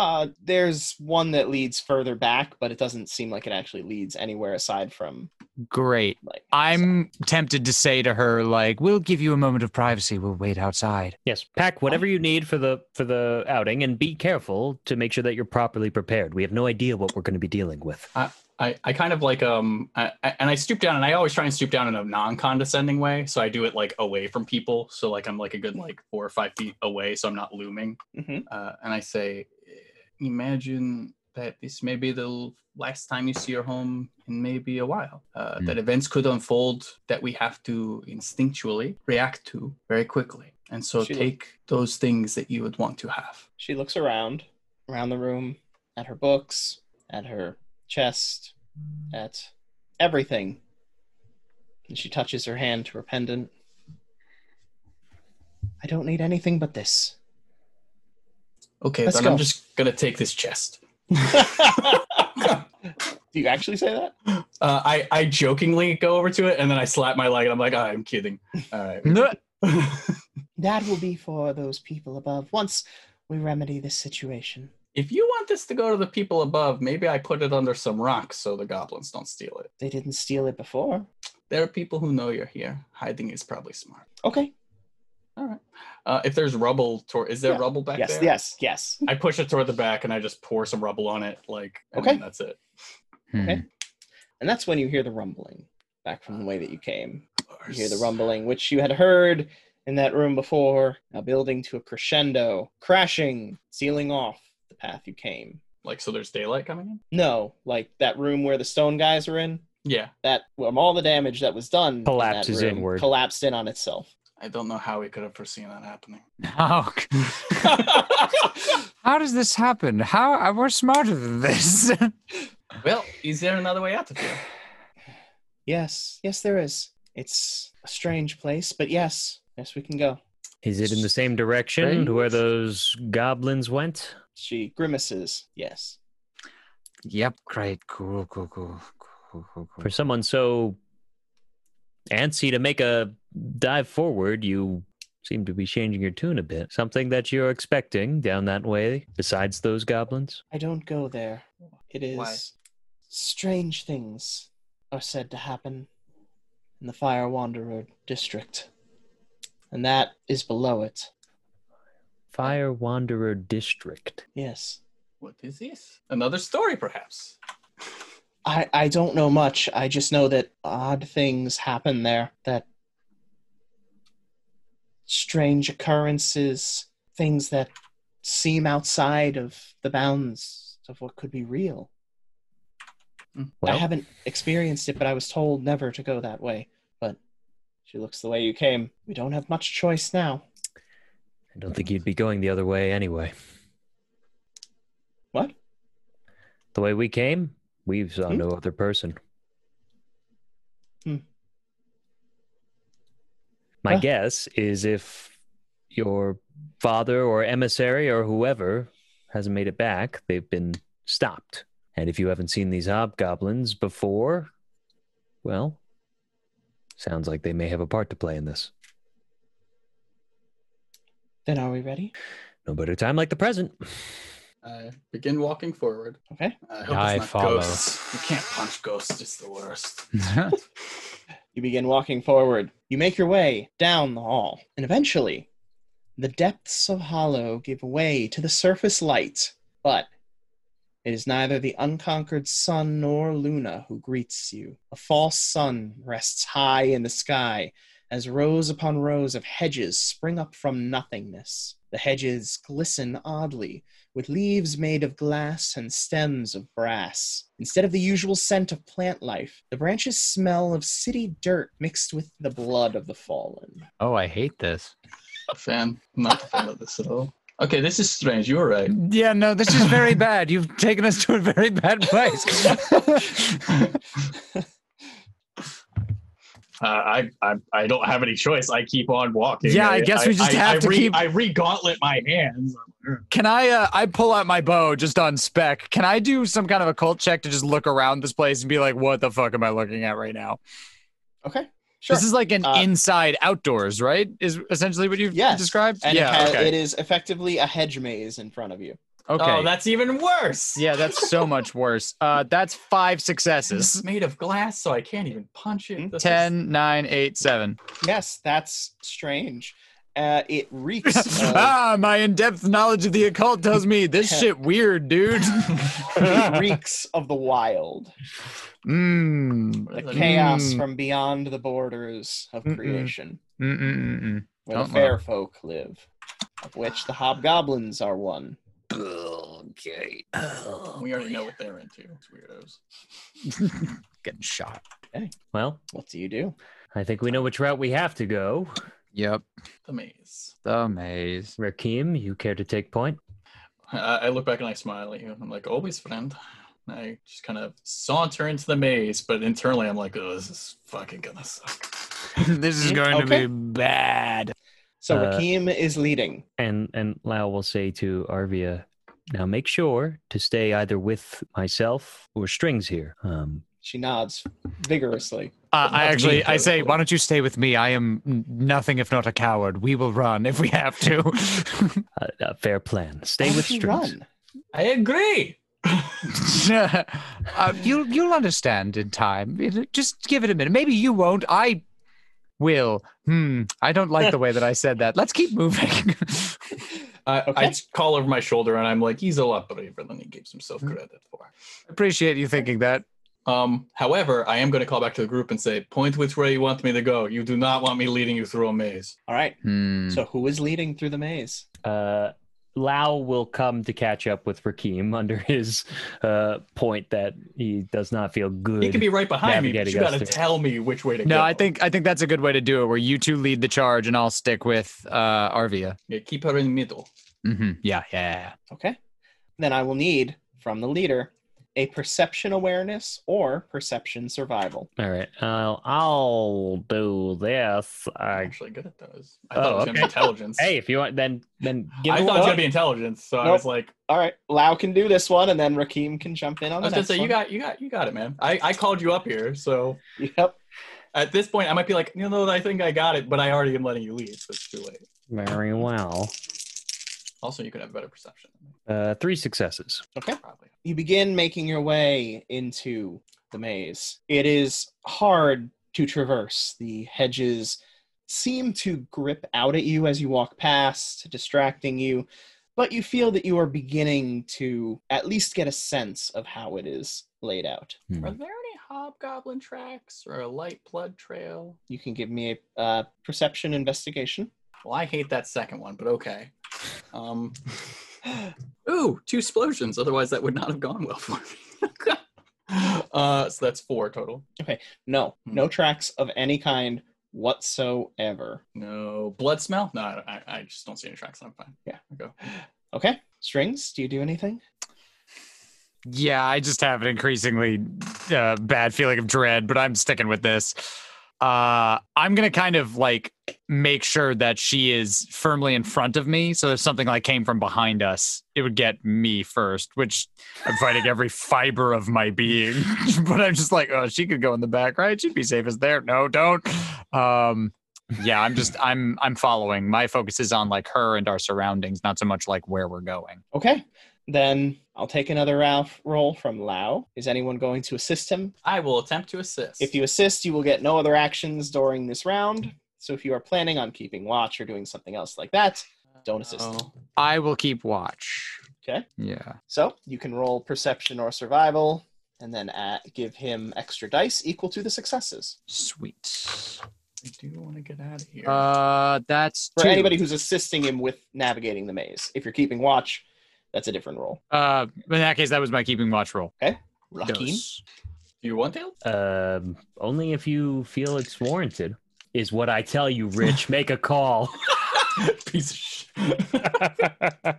uh, there's one that leads further back, but it doesn't seem like it actually leads anywhere aside from
Great.
like
I'm tempted to say to her, like, we'll give you a moment of privacy. We'll wait outside.
Yes, pack whatever you need for the for the outing and be careful to make sure that you're properly prepared. We have no idea what we're going to be dealing with.
I, I kind of like um I, I- and I stoop down and I always try and stoop down in a non-condescending way. So I do it like away from people. So like I'm like a good like four or five feet away, so I'm not looming.
Mhm.
Uh, and I say, imagine that this may be the l- last time you see your home in maybe a while. Uh,
Hmm.
That events could unfold that we have to instinctually react to very quickly. And so
She-
take those things that you would want to have.
She looks around, around the room, at her books, at her chest, at everything. And she touches her hand to her pendant. I don't need anything but this.
Okay,
Let's
then
go.
I'm just gonna take this chest.
Do you actually say that?
Uh, I I jokingly go over to it and then I slap my leg and I'm like, "Ah, I'm kidding. All right.
Hmm.
That will be for those people above once we remedy this situation.
if you want this to go to the people above, maybe I put it under some rocks so the goblins don't steal it.
They didn't steal it before.
There are people who know you're here. Hiding is probably smart.
Okay.
All right. Uh, if there's rubble, toward is there
Yeah.
rubble back
yes,
there?
yes, yes.
I push it toward the back and I just pour some rubble on it. Like, and
Okay.
then that's it.
Hmm.
Okay. And that's when you hear the rumbling back from the way that you came. You hear the rumbling, which you had heard in that room before, now building to a crescendo, crashing, sealing off the path you came.
Like, so there's daylight coming in?
No, like that room where the stone guys were in,
Yeah.
that from all the damage that was done in that
Collapses
room,
inward.
collapsed in on itself.
I don't know how we could have foreseen that happening.
How, how does this happen? How uh, we're smarter than this.
well, is there another way out of here?
Yes, yes, there is. It's a strange place, but yes, yes, we can go.
Is it in the same direction to where those goblins went?
She grimaces. Yes.
yep, great, cool, cool, cool, cool, cool, cool.
For someone so antsy to make a dive forward, you seem to be changing your tune a bit. Something that you're expecting down that way, besides those goblins?
I don't go there. It is
Why?
strange things are said to happen in the Fire Wanderer district. And that is below it.
Fire Wanderer District.
Yes.
What is this? Another story, perhaps?
I, I don't know much. I just know that odd things happen there. That strange occurrences, things that seem outside of the bounds of what could be real. I
Well,
haven't experienced it, but I was told never to go that way. But she looks the way you came. We don't have much choice now.
I don't think you'd be going the other way anyway.
What?
The way we came, we saw
Hmm?
no other person.
Hmm.
My
Well-
guess is if your father or emissary or whoever hasn't made it back, they've been stopped. And if you haven't seen these hobgoblins before, well, sounds like they may have a part to play in this.
Then are we ready?
No better time like the present.
I Uh, begin walking forward.
Okay.
I hope
I
it's not
follow.
ghosts. You can't punch ghosts, it's the worst.
You begin walking forward. You make your way down the hall, and eventually, the depths of Hollow give way to the surface light. But it is neither the unconquered sun nor Luna who greets you. A false sun rests high in the sky as rows upon rows of hedges spring up from nothingness. The hedges glisten oddly, with leaves made of glass and stems of brass. Instead of the usual scent of plant life, the branches smell of city dirt mixed with the blood of the fallen.
Oh, I hate this.
A fan. I'm not a fan of this at all. Okay, this is strange. You're right.
yeah, no, this is very bad. You've taken us to a very bad place.
Uh, I, I I don't have any choice. I keep on walking.
Yeah, I guess we just have
I
to
re,
keep-
I re-gauntlet my hands.
Can I? Uh, I pull out my bow just on spec. Can I do some kind of a cult check to just look around this place and be like, "What the fuck am I looking at right now?"
Okay, sure.
This is like an
Uh,
inside outdoors, right? Is essentially what you've
Yes.
described.
and
yeah.
it, has,
okay.
it is effectively a hedge maze in front of you.
okay.
Oh, that's even worse.
yeah, that's so much worse. Uh, that's five
It's
successes.
made of glass, so I can't even punch
Hmm?
it. This is-
Ten, nine, eight, seven.
Yes, that's strange. Uh, it reeks. Of,
ah, my in-depth knowledge of the occult tells me this shit weird, dude.
it reeks of the wild,
Mm.
the
Mm.
chaos
Mm.
from beyond the borders of
Mm-mm.
creation,
Mm-mm-mm-mm.
where the
Don't
fair folk live, of which the hobgoblins are one.
okay.
We already know what they're into. It's weirdos.
Getting shot.
Well,
What do you do?
I think we know which route we have to go.
Yep.
The maze.
The maze.
Rakim, you care to take point?
I, I look back and I smile at you. I'm like, always, friend. And I just kind of saunter into the maze, but internally I'm like, oh, this is fucking gonna suck.
this is going
Okay.
to be bad.
So
Uh,
Rakim is leading.
And and Lao will say to Arvia, now make sure to stay either with myself or Strings here. Um,
She nods vigorously.
Uh, I
Not
actually,
me,
I
though.
say, why don't you stay with me? I am n- nothing if not a coward. We will run if we have to.
a, a fair plan. Stay
Why
with
don't you
Strings.
run?
I agree.
uh, you'll you'll understand in time. It- Just give it a minute. Maybe you won't. I will. Hmm. I don't like the way that I said that. Let's keep moving.
I, I
Okay.
just
Mm-hmm.
call over my shoulder and I'm like, he's a lot braver than he gives himself credit for.
Appreciate you thinking that.
Um, however, I am going to call back to the group and say, point which way you want me to go. You do not want me leading you through a maze.
All right.
Hmm.
So who is leading through the maze?
uh, Lau will come to catch up with Rakim under his uh, point that he does not feel good.
He could be right behind me, but
Navigating
you got to
us to-
tell me which way to go.
No, I think I think that's a good way to do it. Where you two lead the charge, and I'll stick with uh, Arvia.
Yeah, keep her in the middle.
hmm Yeah, yeah.
Okay. Then I will need from the leader a perception awareness or perception survival.
All right, I'll, I'll do this.
I'm
I
actually good at those. I
Oh,
thought it was going to
okay.
be intelligence.
hey, if you want, then then give
I
it a
thought it was
look.
going to be intelligence, so I
Nope.
was like,
All right. Lau can do this one, and then Rakim can jump in
I
on the
was going to
next
say, you
one.
got, you got, you got it, man. I, I called you up here, so
Yep.
at this point, I might be like, you know, I think I got it, but I already am letting you lead, so it's too late.
very well.
Also, you could have better perception. than me,
Uh, three successes.
Probably.
you begin making your way into the maze. It is hard to traverse. The hedges seem to grip out at you as you walk past, distracting you, but you feel that you are beginning to at least get a sense of how it is laid out.
Are there any hobgoblin tracks or a light blood trail?
You can give me a uh, perception investigation.
Well, I hate that second one, but okay. Um, ooh, two explosions. Otherwise, that would not have gone well for me. uh, so that's four total.
No, no tracks of any kind whatsoever.
No blood smell. No, I, don't- I, I just don't see any tracks. I'm fine. Yeah, I go.
Okay, strings, do you do anything?
Yeah, I just have an increasingly uh, bad feeling of dread, but I'm sticking with this. Uh, I'm gonna kind of like make sure that she is firmly in front of me, so if something like came from behind us, it would get me first. Which I'm fighting every fiber of my being, but I'm just like, oh, she could go in the back, right? She'd be safest there. No, don't. Um, yeah, I'm just, I'm, I'm following. My focus is on like her and our surroundings, not so much like where we're going.
Okay. Then I'll take another Ralph roll from Lao. Is anyone going to assist him?
I will attempt to assist.
If you assist, you will get no other actions during this round. So if you are planning on keeping watch or doing something else like that, don't assist.
Oh,
I will keep watch.
Okay.
Yeah.
So you can roll perception or survival and then uh give him extra dice equal to the successes.
Sweet.
I do want to get out of here.
Uh, that's
For
two.
anybody who's assisting him with navigating the maze, if you're keeping watch, that's a different roll.
Uh, in that case, that was my keeping watch roll.
Rakim?
Dos.
do you want to?
Um, only if you feel it's warranted is what I tell you, Rich. Make a call.
Piece of shit. that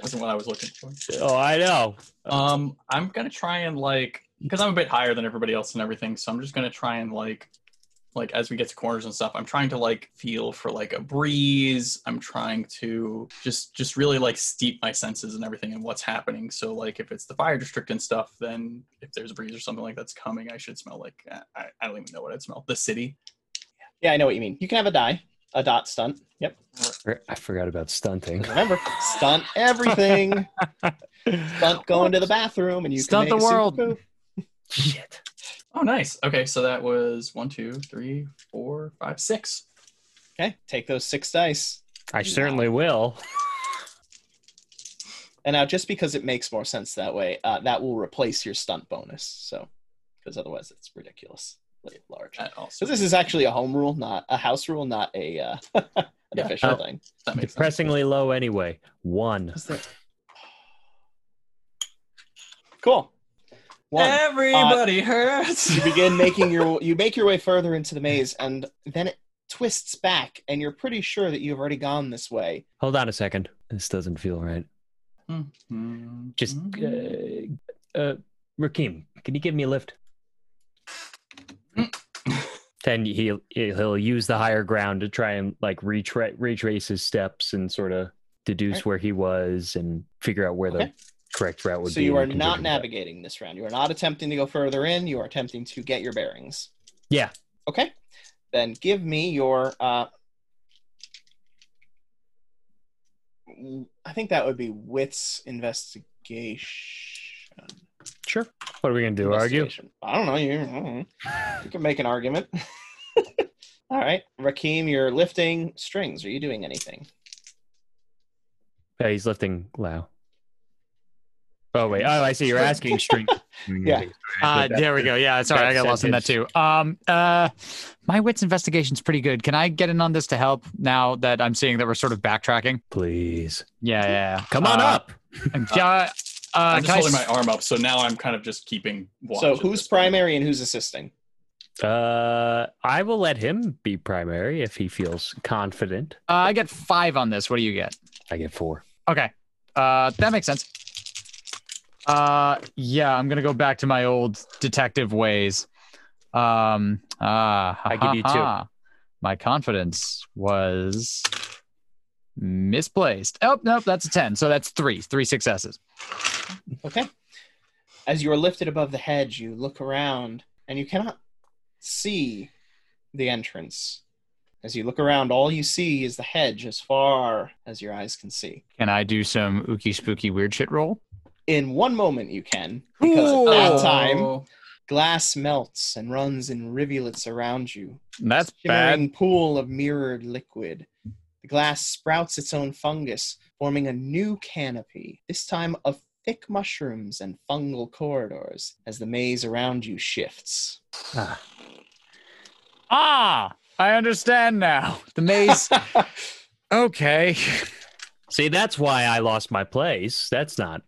wasn't what I was looking for.
oh, I know.
Um, I'm gonna try and like, because I'm a bit higher than everybody else and everything, so I'm just gonna try and like, like as we get to corners and stuff, I'm trying to like feel for like a breeze. I'm trying to just just really like steep my senses and everything and what's happening. So like, if it's the fire district and stuff, then if there's a breeze or something like that's coming, I should smell like I, I- I don't even know what I'd smell. The city.
Yeah, I know what you mean. You can have a die, a dot stunt. Yep.
I forgot about stunting.
Remember, stunt everything. stunt going to the bathroom, and you
Stunt
can make
the
a super
world.
poop.
Shit.
Oh, nice. Okay, so that was one, two, three, four, five, six.
Okay, take those six dice.
I certainly will.
And now, just because it makes more sense that way, uh, that will replace your stunt bonus. So, because otherwise it's ridiculous. Like, large.
That also
So this is actually a home rule, not a house rule, not a uh, an
Yeah.
official
Oh.
thing.
that makes sense.
Depressingly low anyway. One.
Is there- Cool. One. Uh,
Everybody hurts.
you begin making your you make your way further into the maze, and then it twists back, and you're pretty sure that you've already gone this way.
Hold on a second. This doesn't feel right.
Mm,
Just,
mm.
Mm-hmm.
uh, uh, Rakim, can you give me a lift? Then he'll he'll use the higher ground to try and like retra- retrace his steps and sort of deduce
Right.
where he was and figure out where
Okay.
the correct route would
So
be.
you
and
are
converge
not
him back.
navigating this round. You are not attempting to go further in. You are attempting to get your bearings.
Yeah.
Okay. Then give me your. Uh, I think that would be wits investigation.
Sure. What are we gonna do? Argue?
Investigation. I don't know. You, I don't know. you can make an argument. All right, Rakim, you're lifting strings. Are you doing anything?
Yeah, he's lifting Lao. Oh wait. Oh, I see. You're asking strength.
Yeah.
Uh, there we go. Yeah, sorry, I
that
got lost in that too. Um, uh, my wits investigation's pretty good. Can I get in on this to help now that I'm seeing that we're sort of backtracking?
Please
Yeah, yeah. yeah.
come on
Uh,
up.
Yeah. Uh, can
I'm just
I
holding
s-
my arm up, so now I'm kind of just keeping watch.
So
at
who's
this point.
primary and who's assisting?
Uh, I will let him be primary if he feels confident.
uh, I get five on this. What do you get?
I get four.
Okay. Uh, that makes sense. Uh, yeah, I'm gonna go back to my old detective ways. Um, ah,
I give you two.
ha. My confidence was misplaced. Oh nope, that's a ten. So that's three, three successes.
Okay. As you are lifted above the hedge, you look around and you cannot see the entrance. As you look around, all you see is the hedge as far as your eyes can see.
Can I do some ookie spooky weird shit roll?
In one moment, you can, because at that time,
Oh,
glass melts and runs in rivulets around you.
That's bad.
shimmering pool of mirrored liquid. The glass sprouts its own fungus, forming a new canopy, this time of thick mushrooms and fungal corridors, as the maze around you shifts.
Ah, I understand now. The maze. okay.
See, that's why I lost my place. That's not.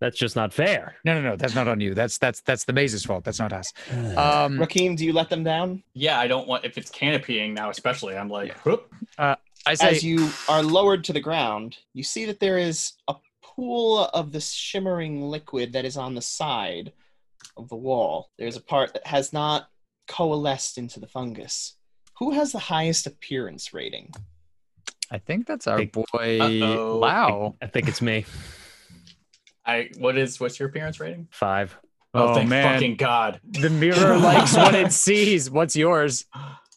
That's just not fair.
No, no, no. That's not on you. That's that's that's the maze's fault. That's not us.
Uh,
Um,
Rakim, do you let them down?
yeah, I don't want if it's canopying now, especially. I'm like, whoop.
I say
As you are lowered to the ground, you see that there is a pool of this shimmering liquid that is on the side of the wall. There's a part that has not coalesced into the fungus. Who has the highest appearance rating?
I think that's our
Big-
boy
Uh-oh.
Lau.
I think it's me.
I what is what's your appearance rating?
Five.
Oh,
thank
man.
fucking god.
The mirror likes what it sees. What's yours?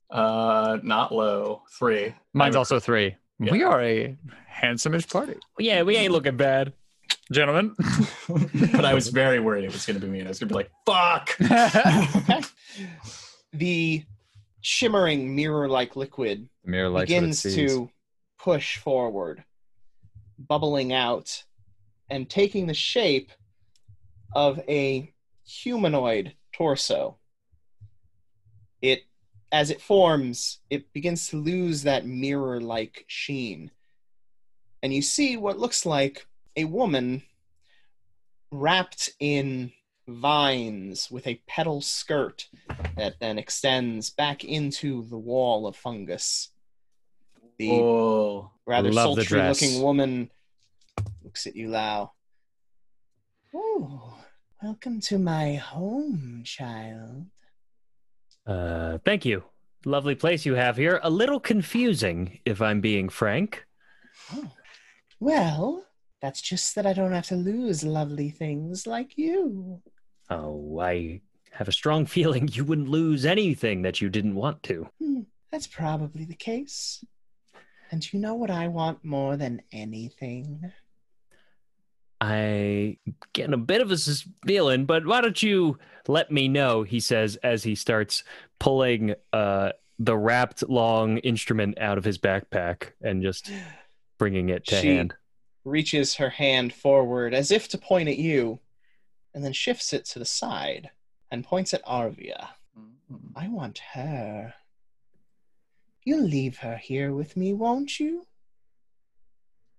Uh, not low. Three.
Mine's
I-
also three.
Yeah.
We are a handsomeish party,
Yeah, we ain't looking bad.
gentlemen.
but I was very worried it was going to be me, and I was going to be like, fuck.
the
Okay. the shimmering mirror-like liquid
mirror
begins to push forward, bubbling out and taking the shape of a humanoid torso. It as it forms, it begins to lose that mirror-like sheen. And you see what looks like a woman wrapped in vines with a petal skirt that then extends back into the wall of fungus. The
Oh,
rather
Love the
sultry looking
dress.
woman looks at you Lau. Oh, welcome to my home, child.
Uh, thank you. Lovely place you have here. A little confusing, if I'm being frank.
Oh. Well, that's just that I don't have to lose lovely things like you.
Oh, I have a strong feeling you wouldn't lose anything that you didn't want to.
Hmm, that's probably the case. And you know what I want more than anything?
I getting a bit of a sus- feeling, but why don't you let me know? He says as he starts pulling uh, the wrapped long instrument out of his backpack and just bringing it to
She-
hand.
Reaches her hand forward as if to point at you, and then shifts it to the side and points at Arvia.
Mm-hmm.
I want her. You'll leave her here with me, won't you?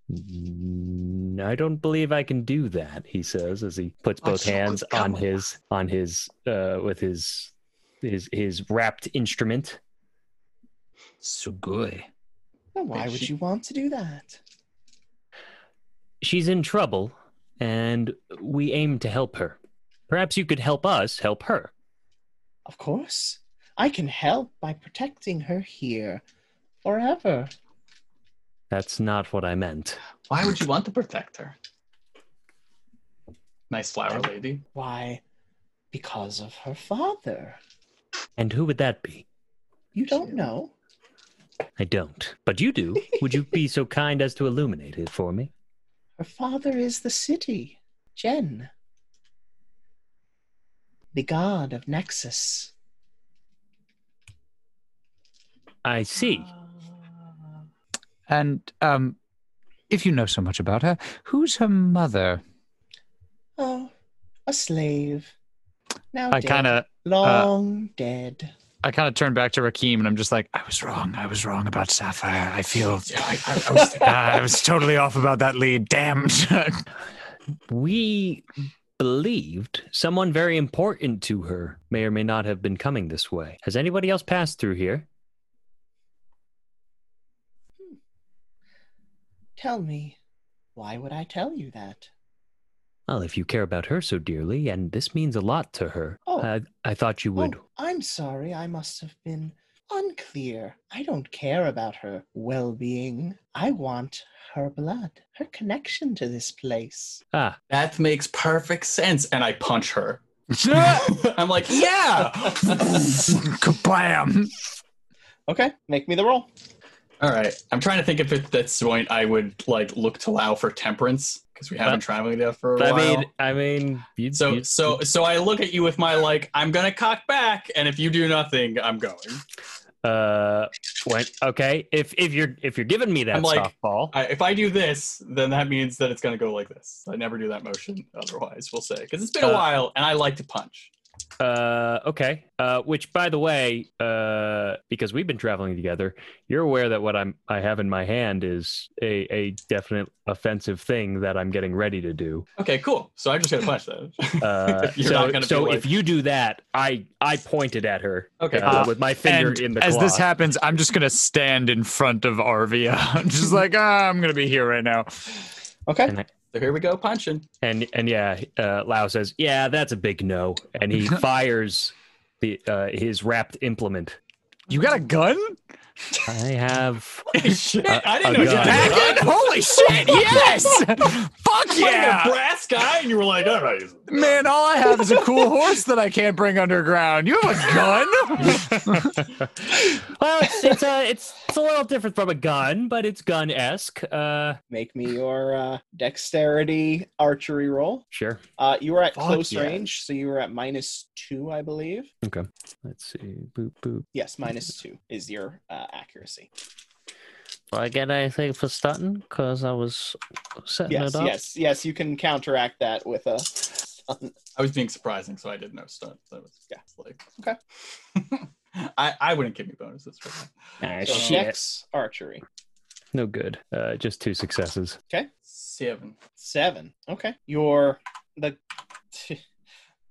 "Mm, I don't believe I can do that. He says as he puts
Oh,
both
someone's
hands on
coming.
his on his uh, with his his his wrapped instrument.
Sugoi.
Now, why
But
would
she-
you want to do that?
She's in trouble, and we aim to help her. Perhaps you could help us help her.
Of course. I can help by protecting her here forever.
That's not what I meant.
why would you want to protect her? Nice flower lady.
Why? Because of her father.
And who would that be?
You don't know.
I don't. But you do. Would you be so kind as to illuminate it for me?
Her father is the city, Jen. The god of Nexus.
I see.
Ah.
And um, if you know so much about her, who's her mother?
Oh, a slave. Now
I kind
uh,
of
long dead.
I kind of turn back to Rakim and I'm just like, I was wrong. I was wrong about Sapphire. I feel
Yeah, I, I, I was
uh, I was totally off about that lead. Damn.
We believed someone very important to her may or may not have been coming this way. Has anybody else passed through here?
Tell me, why would I tell you that?
Well, if you care about her so dearly, and this means a lot to her,
Oh.
I, I thought you would.
Oh, I'm sorry, I must have been unclear. I don't care about her well being. I want her blood, her connection to this place.
Ah,
That makes perfect sense. And I punch her. I'm like, yeah.
Kablam.
Okay, make me the roll.
All right. I'm trying to think if at this point I would like look to Lao for temperance because we haven't
But-
tried with that for a
I
while.
mean, I mean, you,
so
you-
so so I look at you with my like, I'm gonna cock back, and if you do nothing, I'm going.
uh, when, okay. If if you're if you're giving me that
I'm like-
softball,
I, if I do this, then that means that it's gonna go like this. I never do that motion otherwise. We'll say because it's been a
Uh,
while, and I like to punch.
Uh, okay. Uh, which, by the way, uh, because we've been traveling together, you're aware that what I'm I have in my hand is a a definite offensive thing that I'm getting ready to do.
Okay, cool. So I'm just gonna punch that.
Uh,
You're
so,
not gonna be
so
like-
if you do that, I I pointed at her.
Okay,
uh,
cool.
with my finger
And
in the
as this
claw.
happens, I'm just gonna stand in front of Arvia. I'm just like, ah, I'm gonna be here right now.
Okay.
so here we go, punching.
and and yeah, uh, Lao says, "Yeah, that's a big no," and he fires the uh, his wrapped implement.
You got a gun?
I have.
Shit, I didn't
a
know you
gun.
did that.
Packet? Holy shit! Yes! Fuck
Fucking a
yeah!
brass guy, and you were like, all right.
Man, all I have is a cool horse that I can't bring underground. You have a gun?
Well, it's it's a it's, it's a little different from a gun, but it's gun esque. Uh,
Make me your uh, dexterity archery roll.
sure.
Uh, you were at
Fuck
close
yeah.
range, so you were at minus two, I believe.
Let's see. Boop boop.
Yes, minus two is your uh, accuracy.
I get anything for stunting? Because I was setting
Yes, yes, yes. You can counteract that with a.
I was being surprising, so I didn't know stuff. So it's
Yeah.
like
Okay.
I, I wouldn't give me bonuses for that.
So dex archery.
No good. Uh, just two successes.
Seven.
Seven. Okay. Your the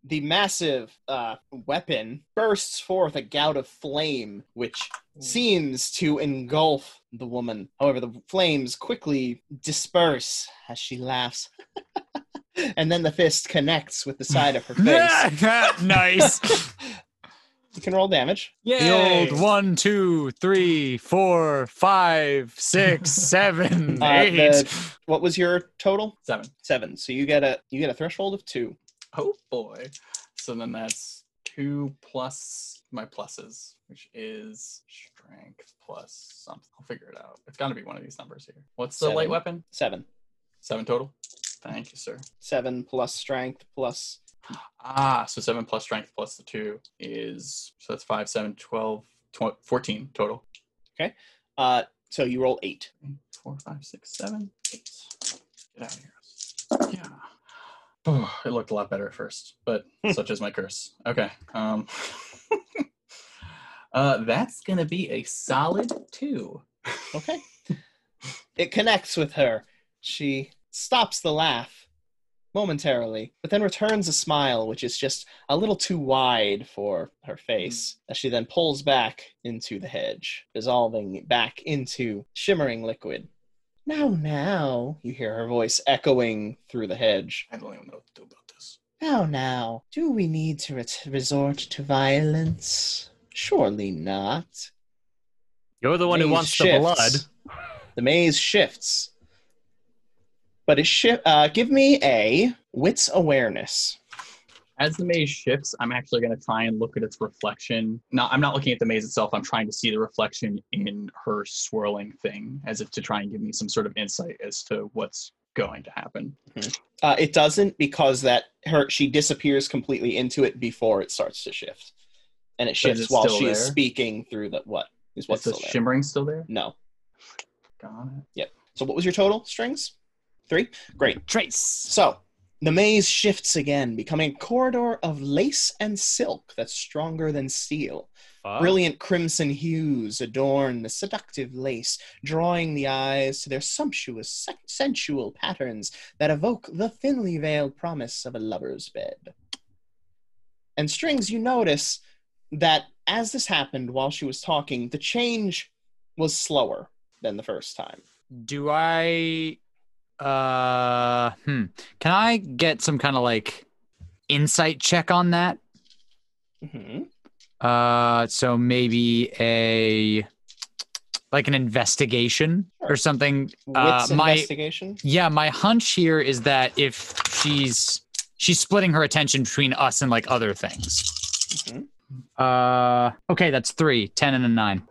the massive uh, weapon bursts forth a gout of flame, which seems to engulf the woman. However, the flames quickly disperse as she laughs, and then the fist connects with the side of her face.
nice.
you can roll damage.
The old one, two, three, four, five, six, seven,
Uh,
eight.
the- What was your total?
Seven.
Seven. So you get a you get a threshold of two.
Oh boy. So then that's two plus my pluses, which is strength plus something. I'll figure it out. It's got to be one of these numbers here. What's the light
Seven.
weapon?
Seven.
Seven total. Thank you, sir.
Seven plus strength plus
Ah, so seven plus strength plus the two is so that's five, seven, 12, tw- 14 total.
Uh, so you roll eight.
four, five, six, seven, eight. Get out of here. Yeah. Oh, it looked a lot better at first, but such is my curse. Okay. Um, uh, that's going to be a solid two.
Okay. it connects with her. She stops the laugh momentarily, but then returns a smile, which is just a little too wide for her face, as she then pulls back into the hedge, dissolving back into shimmering liquid. Now, now, you hear her voice echoing through the hedge.
I don't even know what to do about this.
Now, now, do we need to ret- resort to violence? Surely not.
You're the one who
maze
wants the
shifts.
blood.
The maze shifts. But it shi- uh, give me a wits awareness.
As the maze shifts, I'm actually going to try and look at its reflection. No, I'm not looking at the maze itself. I'm trying to see the reflection in her swirling thing as if to try and give me some sort of insight as to what's going to happen.
Uh, it doesn't because that her she disappears completely into it before it starts to shift, and it
So is
shifts
it
while
still
she is
there?
speaking through the what is what's
What's
still
the
there.
shimmering still there?
no.
Got it.
So what was your total strings? Three. Great.
Trace.
So The maze shifts again, becoming a corridor of lace and silk that's stronger than steel.
Oh.
Brilliant crimson hues adorn the seductive lace, drawing the eyes to their sumptuous, se- sensual patterns that evoke the thinly veiled promise of a lover's bed. And strings, you notice that as this happened while she was talking, the change was slower than the first time.
Do I uh hmm. Can I get some kind of like insight check on that? Mm-hmm.
hmm
Uh so maybe a like an investigation or
Sure.
something
Wits
Uh, my-
investigation.
Yeah, my hunch here is that if she's she's splitting her attention between us and like other things.
Mhm.
Uh, okay, that's three, ten, and a nine.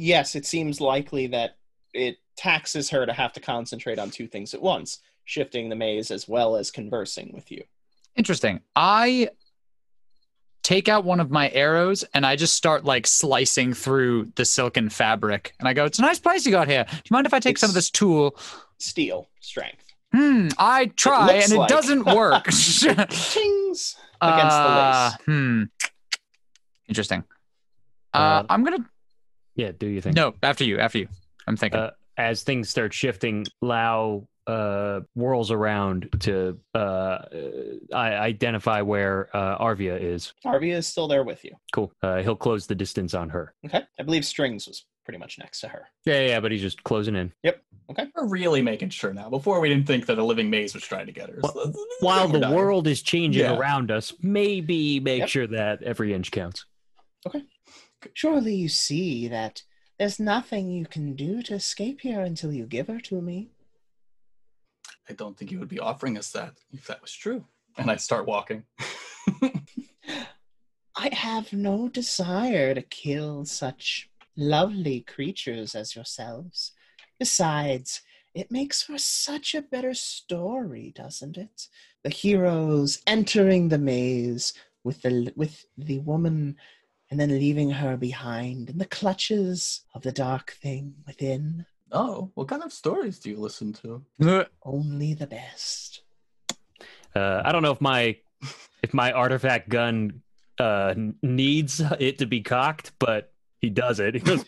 Yes, it seems likely that it taxes her to have to concentrate on two things at once shifting the maze as well as conversing with you.
Interesting. I take out one of my arrows and I just start like slicing through the silken fabric. And I go, "It's a nice place you got here. Do you mind if I take some of
It's-
this tool?"
Steel, strength.
Hmm. I try,
looks
and it
like-
doesn't work.
Chings! against the lace.
Uh, Hmm. Interesting.
Uh,
uh I'm gonna
Yeah, do you think?
No, after you, after you. I'm thinking.
Uh, As things start shifting, Lao uh, whirls around to uh, uh, I- identify where uh, Arvia is.
Arvia is still there with you.
Cool. Uh, he'll close the distance on her.
Okay. I believe Strings was pretty much next to her.
Yeah, yeah, but he's just closing in.
We're really making sure now. Before we didn't think that a living maze was trying to get her. So-
While
we're
the
done.
world is changing
Yeah.
around us, maybe make
Yep.
sure that every inch counts.
Surely you see that there's nothing you can do to escape here until you give her to me.
I don't think you would be offering us that if that was true. And I start walking.
I have no desire to kill such lovely creatures as yourselves. Besides, it makes for such a better story, doesn't it? The heroes entering the maze with the with the woman and then leaving her behind in the clutches of the dark thing within.
oh, what kind of stories do you listen to?
Only the best.
Uh, I don't know if my if my artifact gun uh, n- needs it to be cocked, but he does it. He goes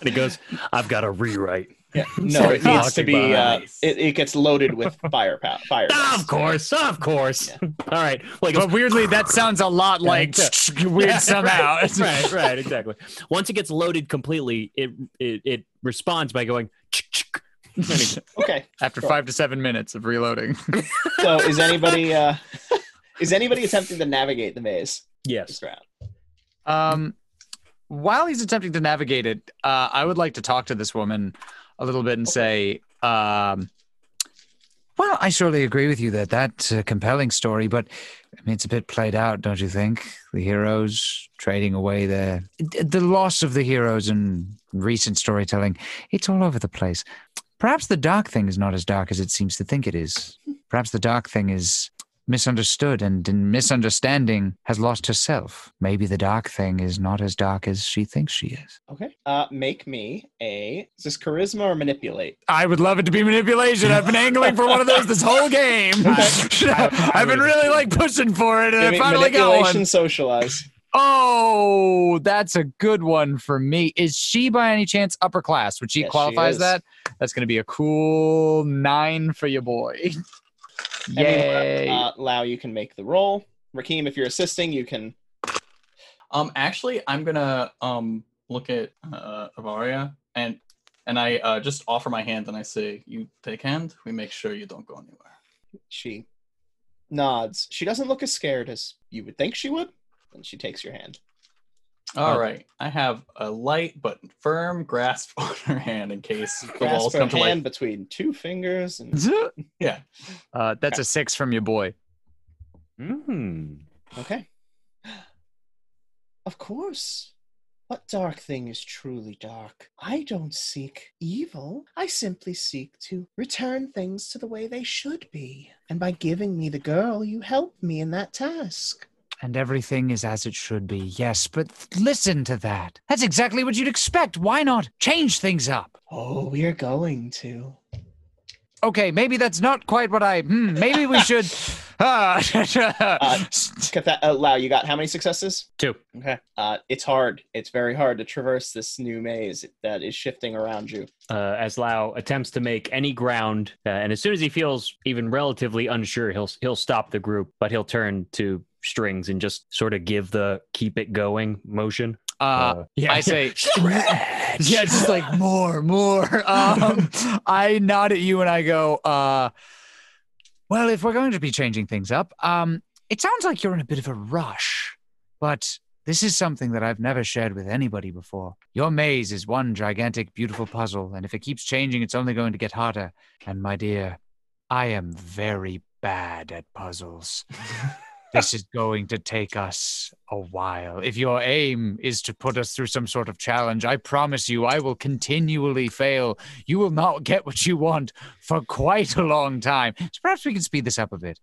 and he goes. I've got a rewrite.
Yeah,
no, it needs to be,
uh, it-
gets loaded with fire pow- fire.
Ah, of course, of course. All right. Well, he goes,
but weirdly, that sounds a lot like weird
Yeah,
somehow.
Right, right, right, exactly. Once it gets loaded completely, it it, it responds by going. "Chick, chick."
Okay.
After five to seven minutes of reloading.
So is anybody uh is anybody attempting to navigate the maze
yes.
this round?
Um, while he's attempting to navigate it, uh, I would like to talk to this woman a little bit and say, um,
Well, I surely agree with you that that's a compelling story, but I mean, it's a bit played out, don't you think? The heroes trading away their. The loss of the heroes in recent storytelling, it's all over the place. Perhaps the dark thing is not as dark as it seems to think it is. Perhaps the dark thing is misunderstood and in misunderstanding has lost herself. Maybe the dark thing is not as dark as she thinks she is.
Okay. Uh make me a is this charisma or manipulate?
I would love it to be manipulation. I've been angling for one of those this whole game. I've been really like pushing for it, and
Give
I
me
finally got
manipulation
one.
socialize.
Oh, that's a good one for me. Is she by any chance upper class? Would she
Yes, she
qualify as
is.
that? That's going to be a cool nine for your boy. Yay.
Anyway, uh Lau, you can make the roll. Rakeem, if you're assisting, you can
Um, actually, I'm gonna um look at uh, Avaria and and I uh, just offer my hand and I say, "You take hand. We make sure you don't go anywhere."
she nods. She doesn't look as scared as you would think she would. And she takes your hand.
All right, I have a light but firm grasp on her hand in case the walls
Grasp her
come to life.
hand between two fingers and
Yeah.
Uh, that's a six from your boy. Hmm.
Mm.
Okay. Of course. What dark thing is truly dark? I don't seek evil. I simply seek to return things to the way they should be. And by giving me the girl, you help me in that task.
And everything is as it should be, yes, but th- listen to that. That's exactly what you'd expect. Why not change things up?
Oh, we're going to.
okay, maybe that's not quite what I. Hmm, maybe we should. Ah,
Catha- uh, Lau, you got how many successes?
Two.
Okay. Uh, it's hard. It's very hard to traverse this new maze that is shifting around you.
uh, as Lao attempts to make any ground. Uh, and as soon as he feels even relatively unsure, he'll he'll stop the group, but he'll turn to strings and just sort of give the keep it going motion.
Uh,
yeah.
I say,
Stretch!
yeah, just like more, more. Um,
I nod at you and I go, uh, well, if we're going to be changing things up, um, it sounds like you're in a bit of a rush, but this is something that I've never shared with anybody before. Your maze is one gigantic, beautiful puzzle, and if it keeps changing, it's only going to get harder. And my dear, I am very bad at puzzles. this is going to take us a while. If your aim is to put us through some sort of challenge, I promise you I will continually fail. You will not get what you want for quite a long time. So perhaps we can speed this up a bit.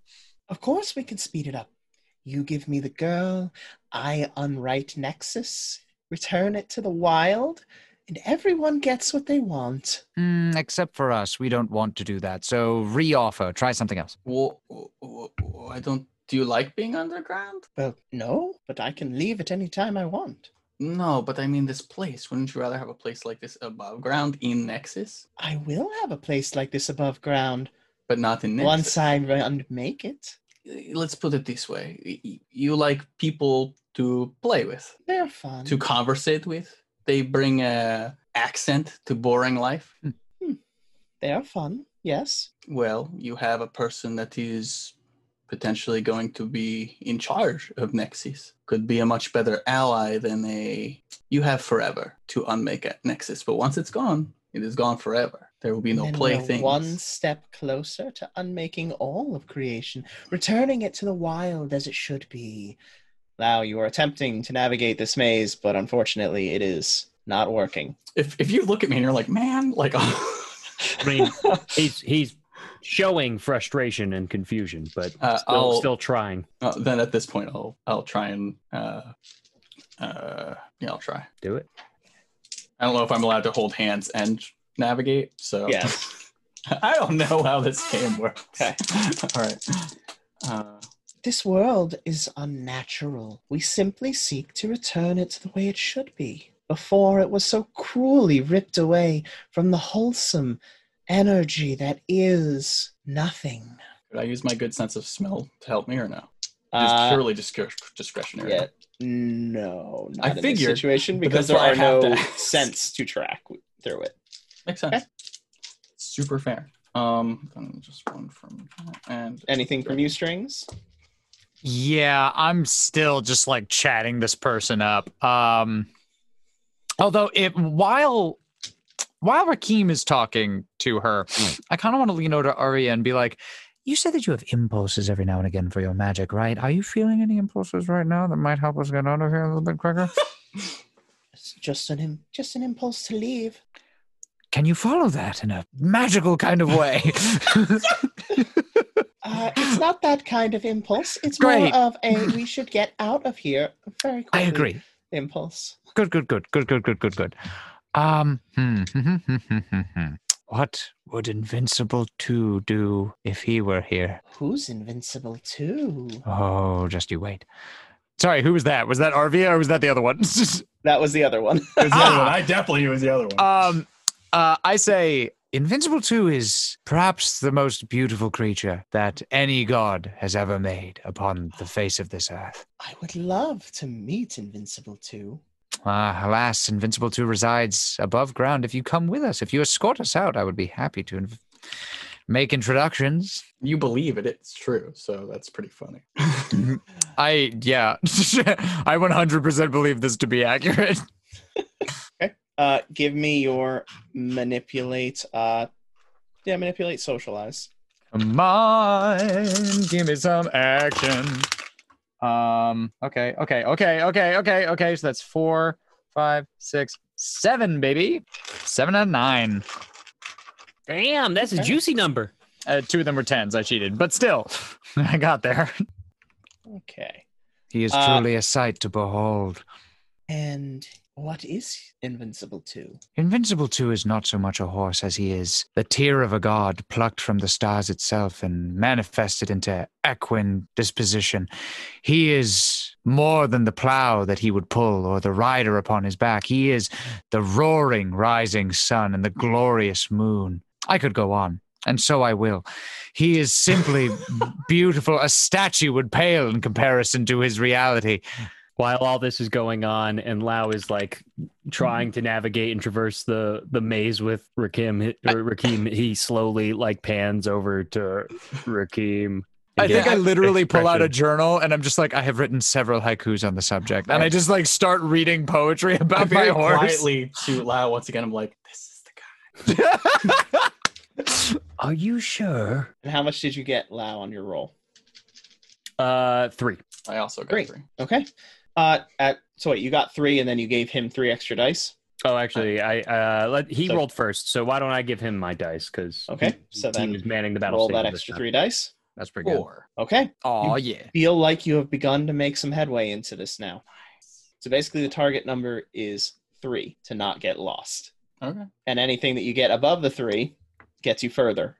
Of course, we can speed it up. You give me the girl, I unwrite Nexus, return it to the wild, and everyone gets what they want.
Mm, except for us, we don't want to do that. So reoffer, try something else.
Wha- wha- wha- wha- I don't. Do you like being underground?
Well, no, but I can leave at any time I want.
No, but I mean this place. Wouldn't you rather have a place like this above ground in Nexus,
I will have a place like this above ground
but not in Nexus?
once I run make it.
Uh, Let's put it this way: Y- y- you like people to play with,
They're fun.
to conversate with. They bring a accent to boring life.
they are fun, yes.
Well, you have a person that is potentially going to be in charge of Nexus. Could be a much better ally than a. You have forever to unmake a Nexus, but once it's gone, it is gone forever. There will be no
Then we're
playthings.
One step closer to unmaking all of creation, returning it to the wild as it should be. Now you are attempting to navigate this maze, but unfortunately, it is not working.
if if you look at me and you're like, man, like, uh,
I mean, he's he's showing frustration and confusion, but
Uh,
still,
I'll-
still trying.
uh, then at this point, I'll I'll try and uh, uh, yeah, I'll try.
Do it.
I don't know if I'm allowed to hold hands and navigate, so
Yeah.
I don't know how this game works.
Okay.
All right. Uh,
This world is unnatural. We simply seek to return it to the way it should be, before it was so cruelly ripped away from the wholesome energy that is nothing.
could I use my good sense of smell to help me or no? Just
Uh,
purely discre- discretionary.
Yeah. No, not
I
in
figured,
this situation
but
because
that's
there are
why I have
no
to ask.
scents to track w- through it.
Makes sense.
Okay.
Super fair. Um, then just one from and
Anything from you, strings?
yeah, I'm still just like chatting this person up. Um, although if while while Rakim is talking to her, I kind of want to lean over to Arya and be like,
You said that you have impulses every now and again for your magic, right? Are you feeling any impulses right now that might help us get out of here a little bit quicker?
It's just an Im- just an impulse to leave.
Can you follow that in a magical kind of way?
Uh, it's not that kind of impulse. It's more
Great.
of a we should get out of here very quickly.
I agree.
Impulse.
Good, good, good, good, good, good, good, good. Um, hmm, hmm, hmm, hmm, hmm, hmm. what would Invincible Two do if he were here?
Who's invincible too?
Oh, just you wait.
"Sorry, who was that? Was that Arvia or was that the other one?"
That was the other one.
It was the other
Ah!
one. I definitely was the other one.
um, uh, I say,
Invincible Two is perhaps the most beautiful creature that any god has ever made upon the face of this earth.
I would love to meet invincible too.
Ah, alas, Invincible 2 resides above ground. If you come with us, if you escort us out, I would be happy to inv- make introductions.
you believe it; it's true. So that's pretty funny.
I yeah, I 100% believe this to be accurate.
Uh, give me your manipulate. Uh, yeah, manipulate, socialize.
Come on, give me some action. Um. Okay. Okay. Okay. Okay. Okay. Okay. So that's four, five, six, seven, baby. Seven out of nine.
Damn, that's a
Okay.
juicy number.
Uh, two of them were tens. I cheated, but still, I got there.
Okay.
He is
Uh,
truly a sight to behold.
And What is invincible to?
Invincible 2 is not so much a horse as he is the tear of a god plucked from the stars itself and manifested into equine disposition. He is more than the plow that he would pull or the rider upon his back. He is the roaring rising sun and the glorious moon. I could go on, and so I will. He is simply beautiful. A statue would pale in comparison to his reality.
While all this is going on, and Lau is like trying to navigate and traverse the the maze with Rakim, or Rakim, he slowly like pans over to Rakim.
I
and
think
gets
I literally pull out a
expression.
journal and I'm just like, I have written several haikus on the subject. And I just like start reading poetry about my
very
horse.
quietly to Lao once again. I'm like, this is the guy.
Are you sure?
And how much did you get, Lau, on your roll?
Uh, three.
I also got
Great.
three.
Okay. Uh, at, so wait, you got three, and then you gave him three extra dice.
Oh, actually, I uh, let, he
So-
rolled first, so why don't I give him my dice? Because
Okay, so
he
then
was manning the battle.
Roll
station
that
this
extra
time.
three dice.
That's pretty good.
Four.
Okay.
Oh yeah.
Feel like you have begun to make some headway into this now. So basically, the target number is three to not get lost,
Okay.
and anything that you get above the three gets you further.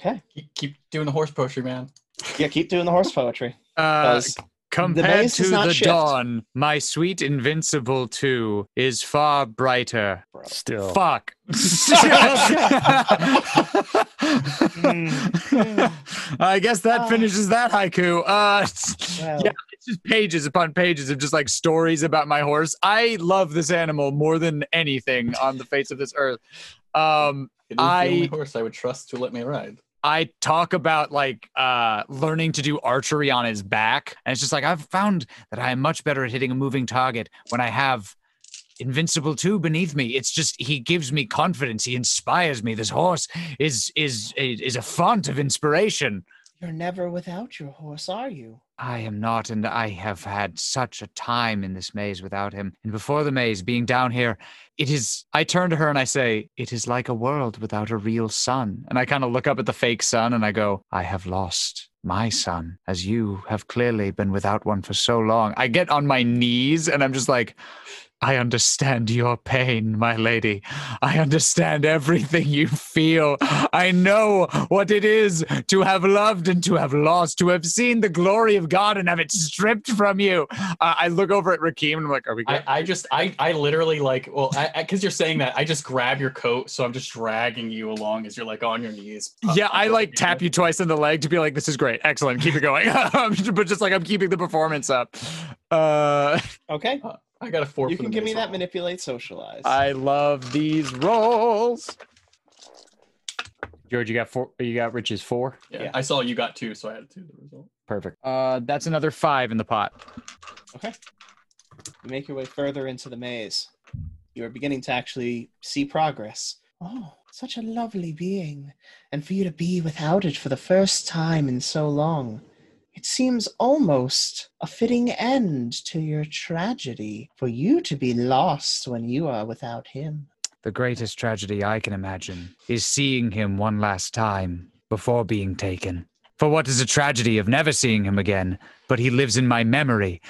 Okay.
Keep, keep doing the horse poetry, man.
Yeah, keep doing the horse poetry.
Uh,
'cause-
compared
maze
to
does not
the
shift.
dawn, my sweet invincible two is far brighter.
Bro.
Still,
Fuck. Hmm. I guess that
Ah.
finishes that haiku. Uh,
Well.
yeah, it's just pages upon pages of just like stories about my horse. I love this animal more than anything on the face of this earth. Um,
It is the only
I-
horse I would trust to let me ride.
I talk about like uh, learning to do archery on his back, and it's just like I've found that I am much better at hitting a moving target when I have Invincible Two beneath me. It's just he gives me confidence. He inspires me. This horse is is is a font of inspiration.
You're never without your horse, are you?
I am not, and I have had such a time in this maze without him. And before the maze, being down here, it is.
I turn to her and I say, It is like a world without a real sun. And I kind of look up at the fake sun and I go,
I have lost my son, as you have clearly been without one for so long.
I get on my knees and I'm just like, I understand your pain, my lady. I understand everything you feel. I know what it is to have loved and to have lost, to have seen the glory of God and have it stripped from you. Uh, I look over at Rakim and I'm like, Are we good?
I, I just, I, I literally like, well, I, I, cause you're saying that, I just grab your coat. So I'm just dragging you along as you're like on your knees.
yeah, I like tap you twice in the leg to be like, this is great, excellent, keep it going. but just like I'm keeping the performance up. Uh,
Okay.
I got a four.
You
for
can
the
give me
maze
that
roll.
manipulate socialize.
I love these rolls.
George, you got four. You got Rich's four.
Yeah,
Yeah.
I saw you got two, so I had two. The result.
Perfect.
Uh, that's another five in the pot.
You make your way further into the maze. You are beginning to actually see progress. Oh, such a lovely being. And for you to be without it for the first time in so long, it seems almost a fitting end to your tragedy for you to be lost when you are without him.
The greatest tragedy I can imagine is seeing him one last time before being taken. For what is a tragedy of never seeing him again, but he lives in my memory.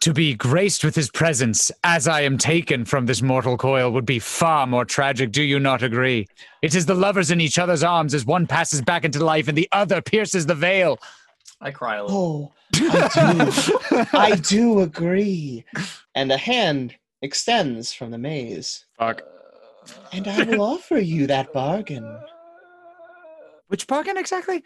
To be graced with his presence as I am taken from this mortal coil would be far more tragic, do you not agree? It is the lovers in each other's arms as one passes back into life and the other pierces the veil.
I cry a little.
Oh, I do. I do agree. And a hand extends from the maze.
Fuck.
And I will offer you that bargain.
Which bargain exactly?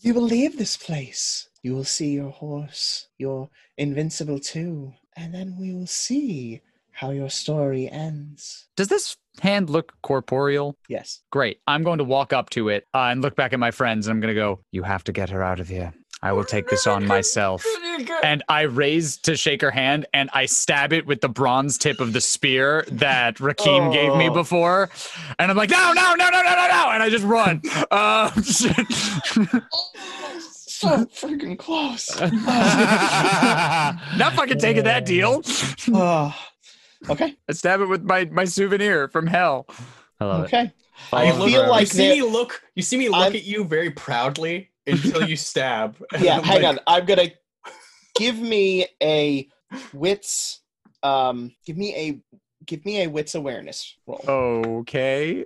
You will leave this place. You will see your horse, your invincible too, and then we will see how your story ends.
Does this hand look corporeal?
Yes.
Great. I'm going to walk up to it uh, and look back at my friends, and I'm going to go.
You have to get her out of here. I will take this on myself.
Oh.
And I raise to shake her hand, and I stab it with the bronze tip of the spear that Rakim gave me
Oh.
before. And I'm like, no, no, no, no, no, no, no! And I just run. uh,
So freaking close.
not fucking taking that deal.
Oh, okay.
I stab it with my my souvenir from hell.
I love
Okay.
it.
I
look-
feel like
you see
that-
me look. You see me look
I'm-
at you very proudly until you stab.
Yeah, hang on. I'm gonna give me a wits. Um, give me a give me a wits awareness roll.
Okay.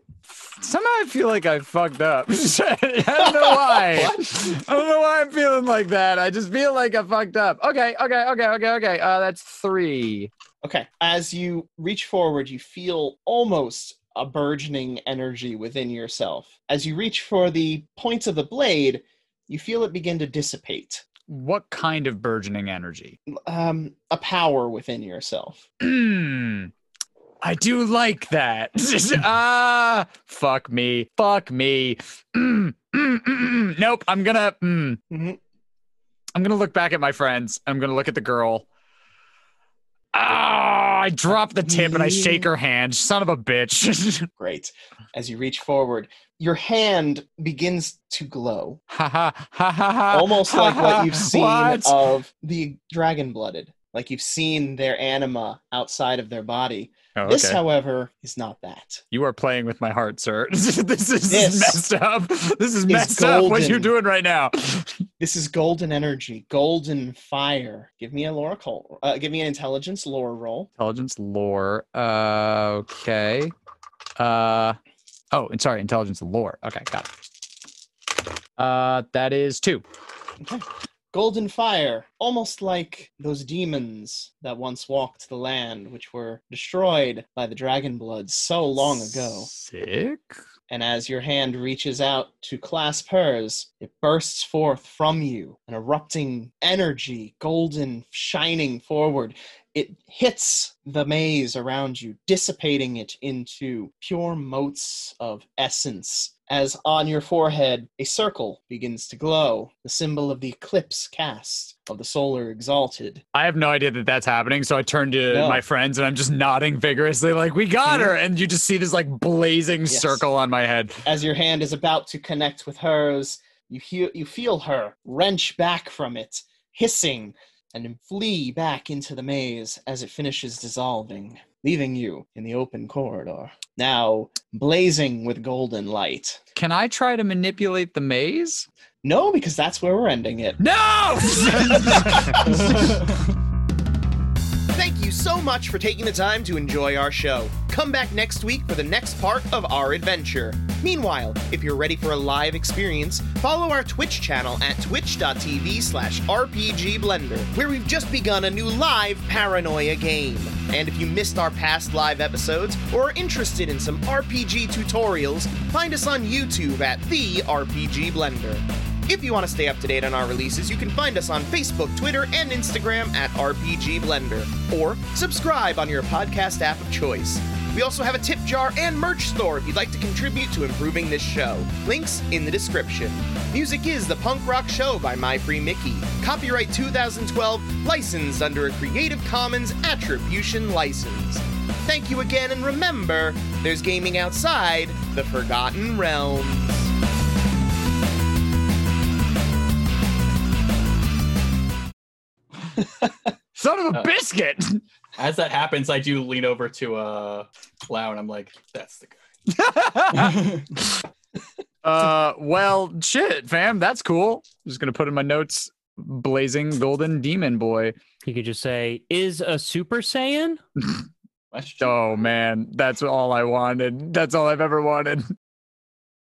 Somehow I feel like I fucked up. I don't know why. I don't know why I'm feeling like that. I just feel like I fucked up. Okay, okay, okay, okay, okay. Uh, that's three.
Okay. As you reach forward, you feel almost a burgeoning energy within yourself. As you reach for the points of the blade, you feel it begin to dissipate.
What kind of burgeoning energy?
Um, a power within yourself.
Hmm. I do like that. ah, fuck me. Fuck me. Mm, mm, mm, mm. Nope. I'm gonna. Mm.
Mhm.
I'm gonna look back at my friends. I'm gonna look at the girl. Ah, I drop the tip and I shake her hand. Son of a bitch.
Great. As you reach forward, your hand begins to glow,
ha ha ha ha ha.
almost like what you've seen
Ah, What?
of the dragon blooded, like you've seen their anima outside of their body.
Oh,
This,
okay.
however, is not that.
You are playing with my heart, sir. this is
This
messed up. This is messed up. What you
golden.
doing right now?
This is golden energy, golden fire. Give me a lore call. Uh, give me an intelligence lore roll.
intelligence lore uh okay uh oh and sorry intelligence lore okay got it uh that is two
Golden fire, almost like those demons that once walked the land, which were destroyed by the dragon blood so long ago.
sick
and as your hand reaches out to clasp hers, it bursts forth from you, an erupting energy, golden, shining forward. It hits the maze around you, dissipating it into pure motes of essence. As on your forehead, a circle begins to glow, the symbol of the eclipse cast of the solar exalted.
i have no idea that that's happening so i turn to
No. Mm-hmm.
my friends and i'm just nodding vigorously like we got her and you just see this like blazing
Yes.
circle on my head
as your hand is about to connect with hers, you hear you feel her wrench back from it, hissing, and then flee back into the maze as it finishes dissolving, leaving you in the open corridor, now blazing with golden light.
can i try to manipulate the maze
No, because that's where we're ending it.
no
Thank you so much for taking the time to enjoy our show. Come back next week for the next part of our adventure. Meanwhile, if you're ready for a live experience, follow our Twitch channel at twitch.tv slash rpgblender, where we've just begun a new live Paranoia game. And if you missed our past live episodes or are interested in some RPG tutorials, find us on YouTube at The RPG Blender. If you want to stay up to date on our releases, you can find us on Facebook, Twitter, and Instagram at RPG Blender, or subscribe on your podcast app of choice. We also have a tip jar and merch store if you'd like to contribute to improving this show. Links in the description. Music is The Punk Rock Show by My Free Mickey. Copyright 2012, licensed under a Creative Commons Attribution License. Thank you again, and remember, there's gaming outside the Forgotten Realms.
son of a
Uh.
biscuit
As that happens, I do lean over to uh Lau and I'm like, that's the guy.
Uh, well, shit, fam, that's cool. I'm just gonna put in my notes, blazing golden demon boy.
You could just say, "Is a Super Saiyan?"
Question.
Oh man, that's all I wanted. That's all I've ever wanted.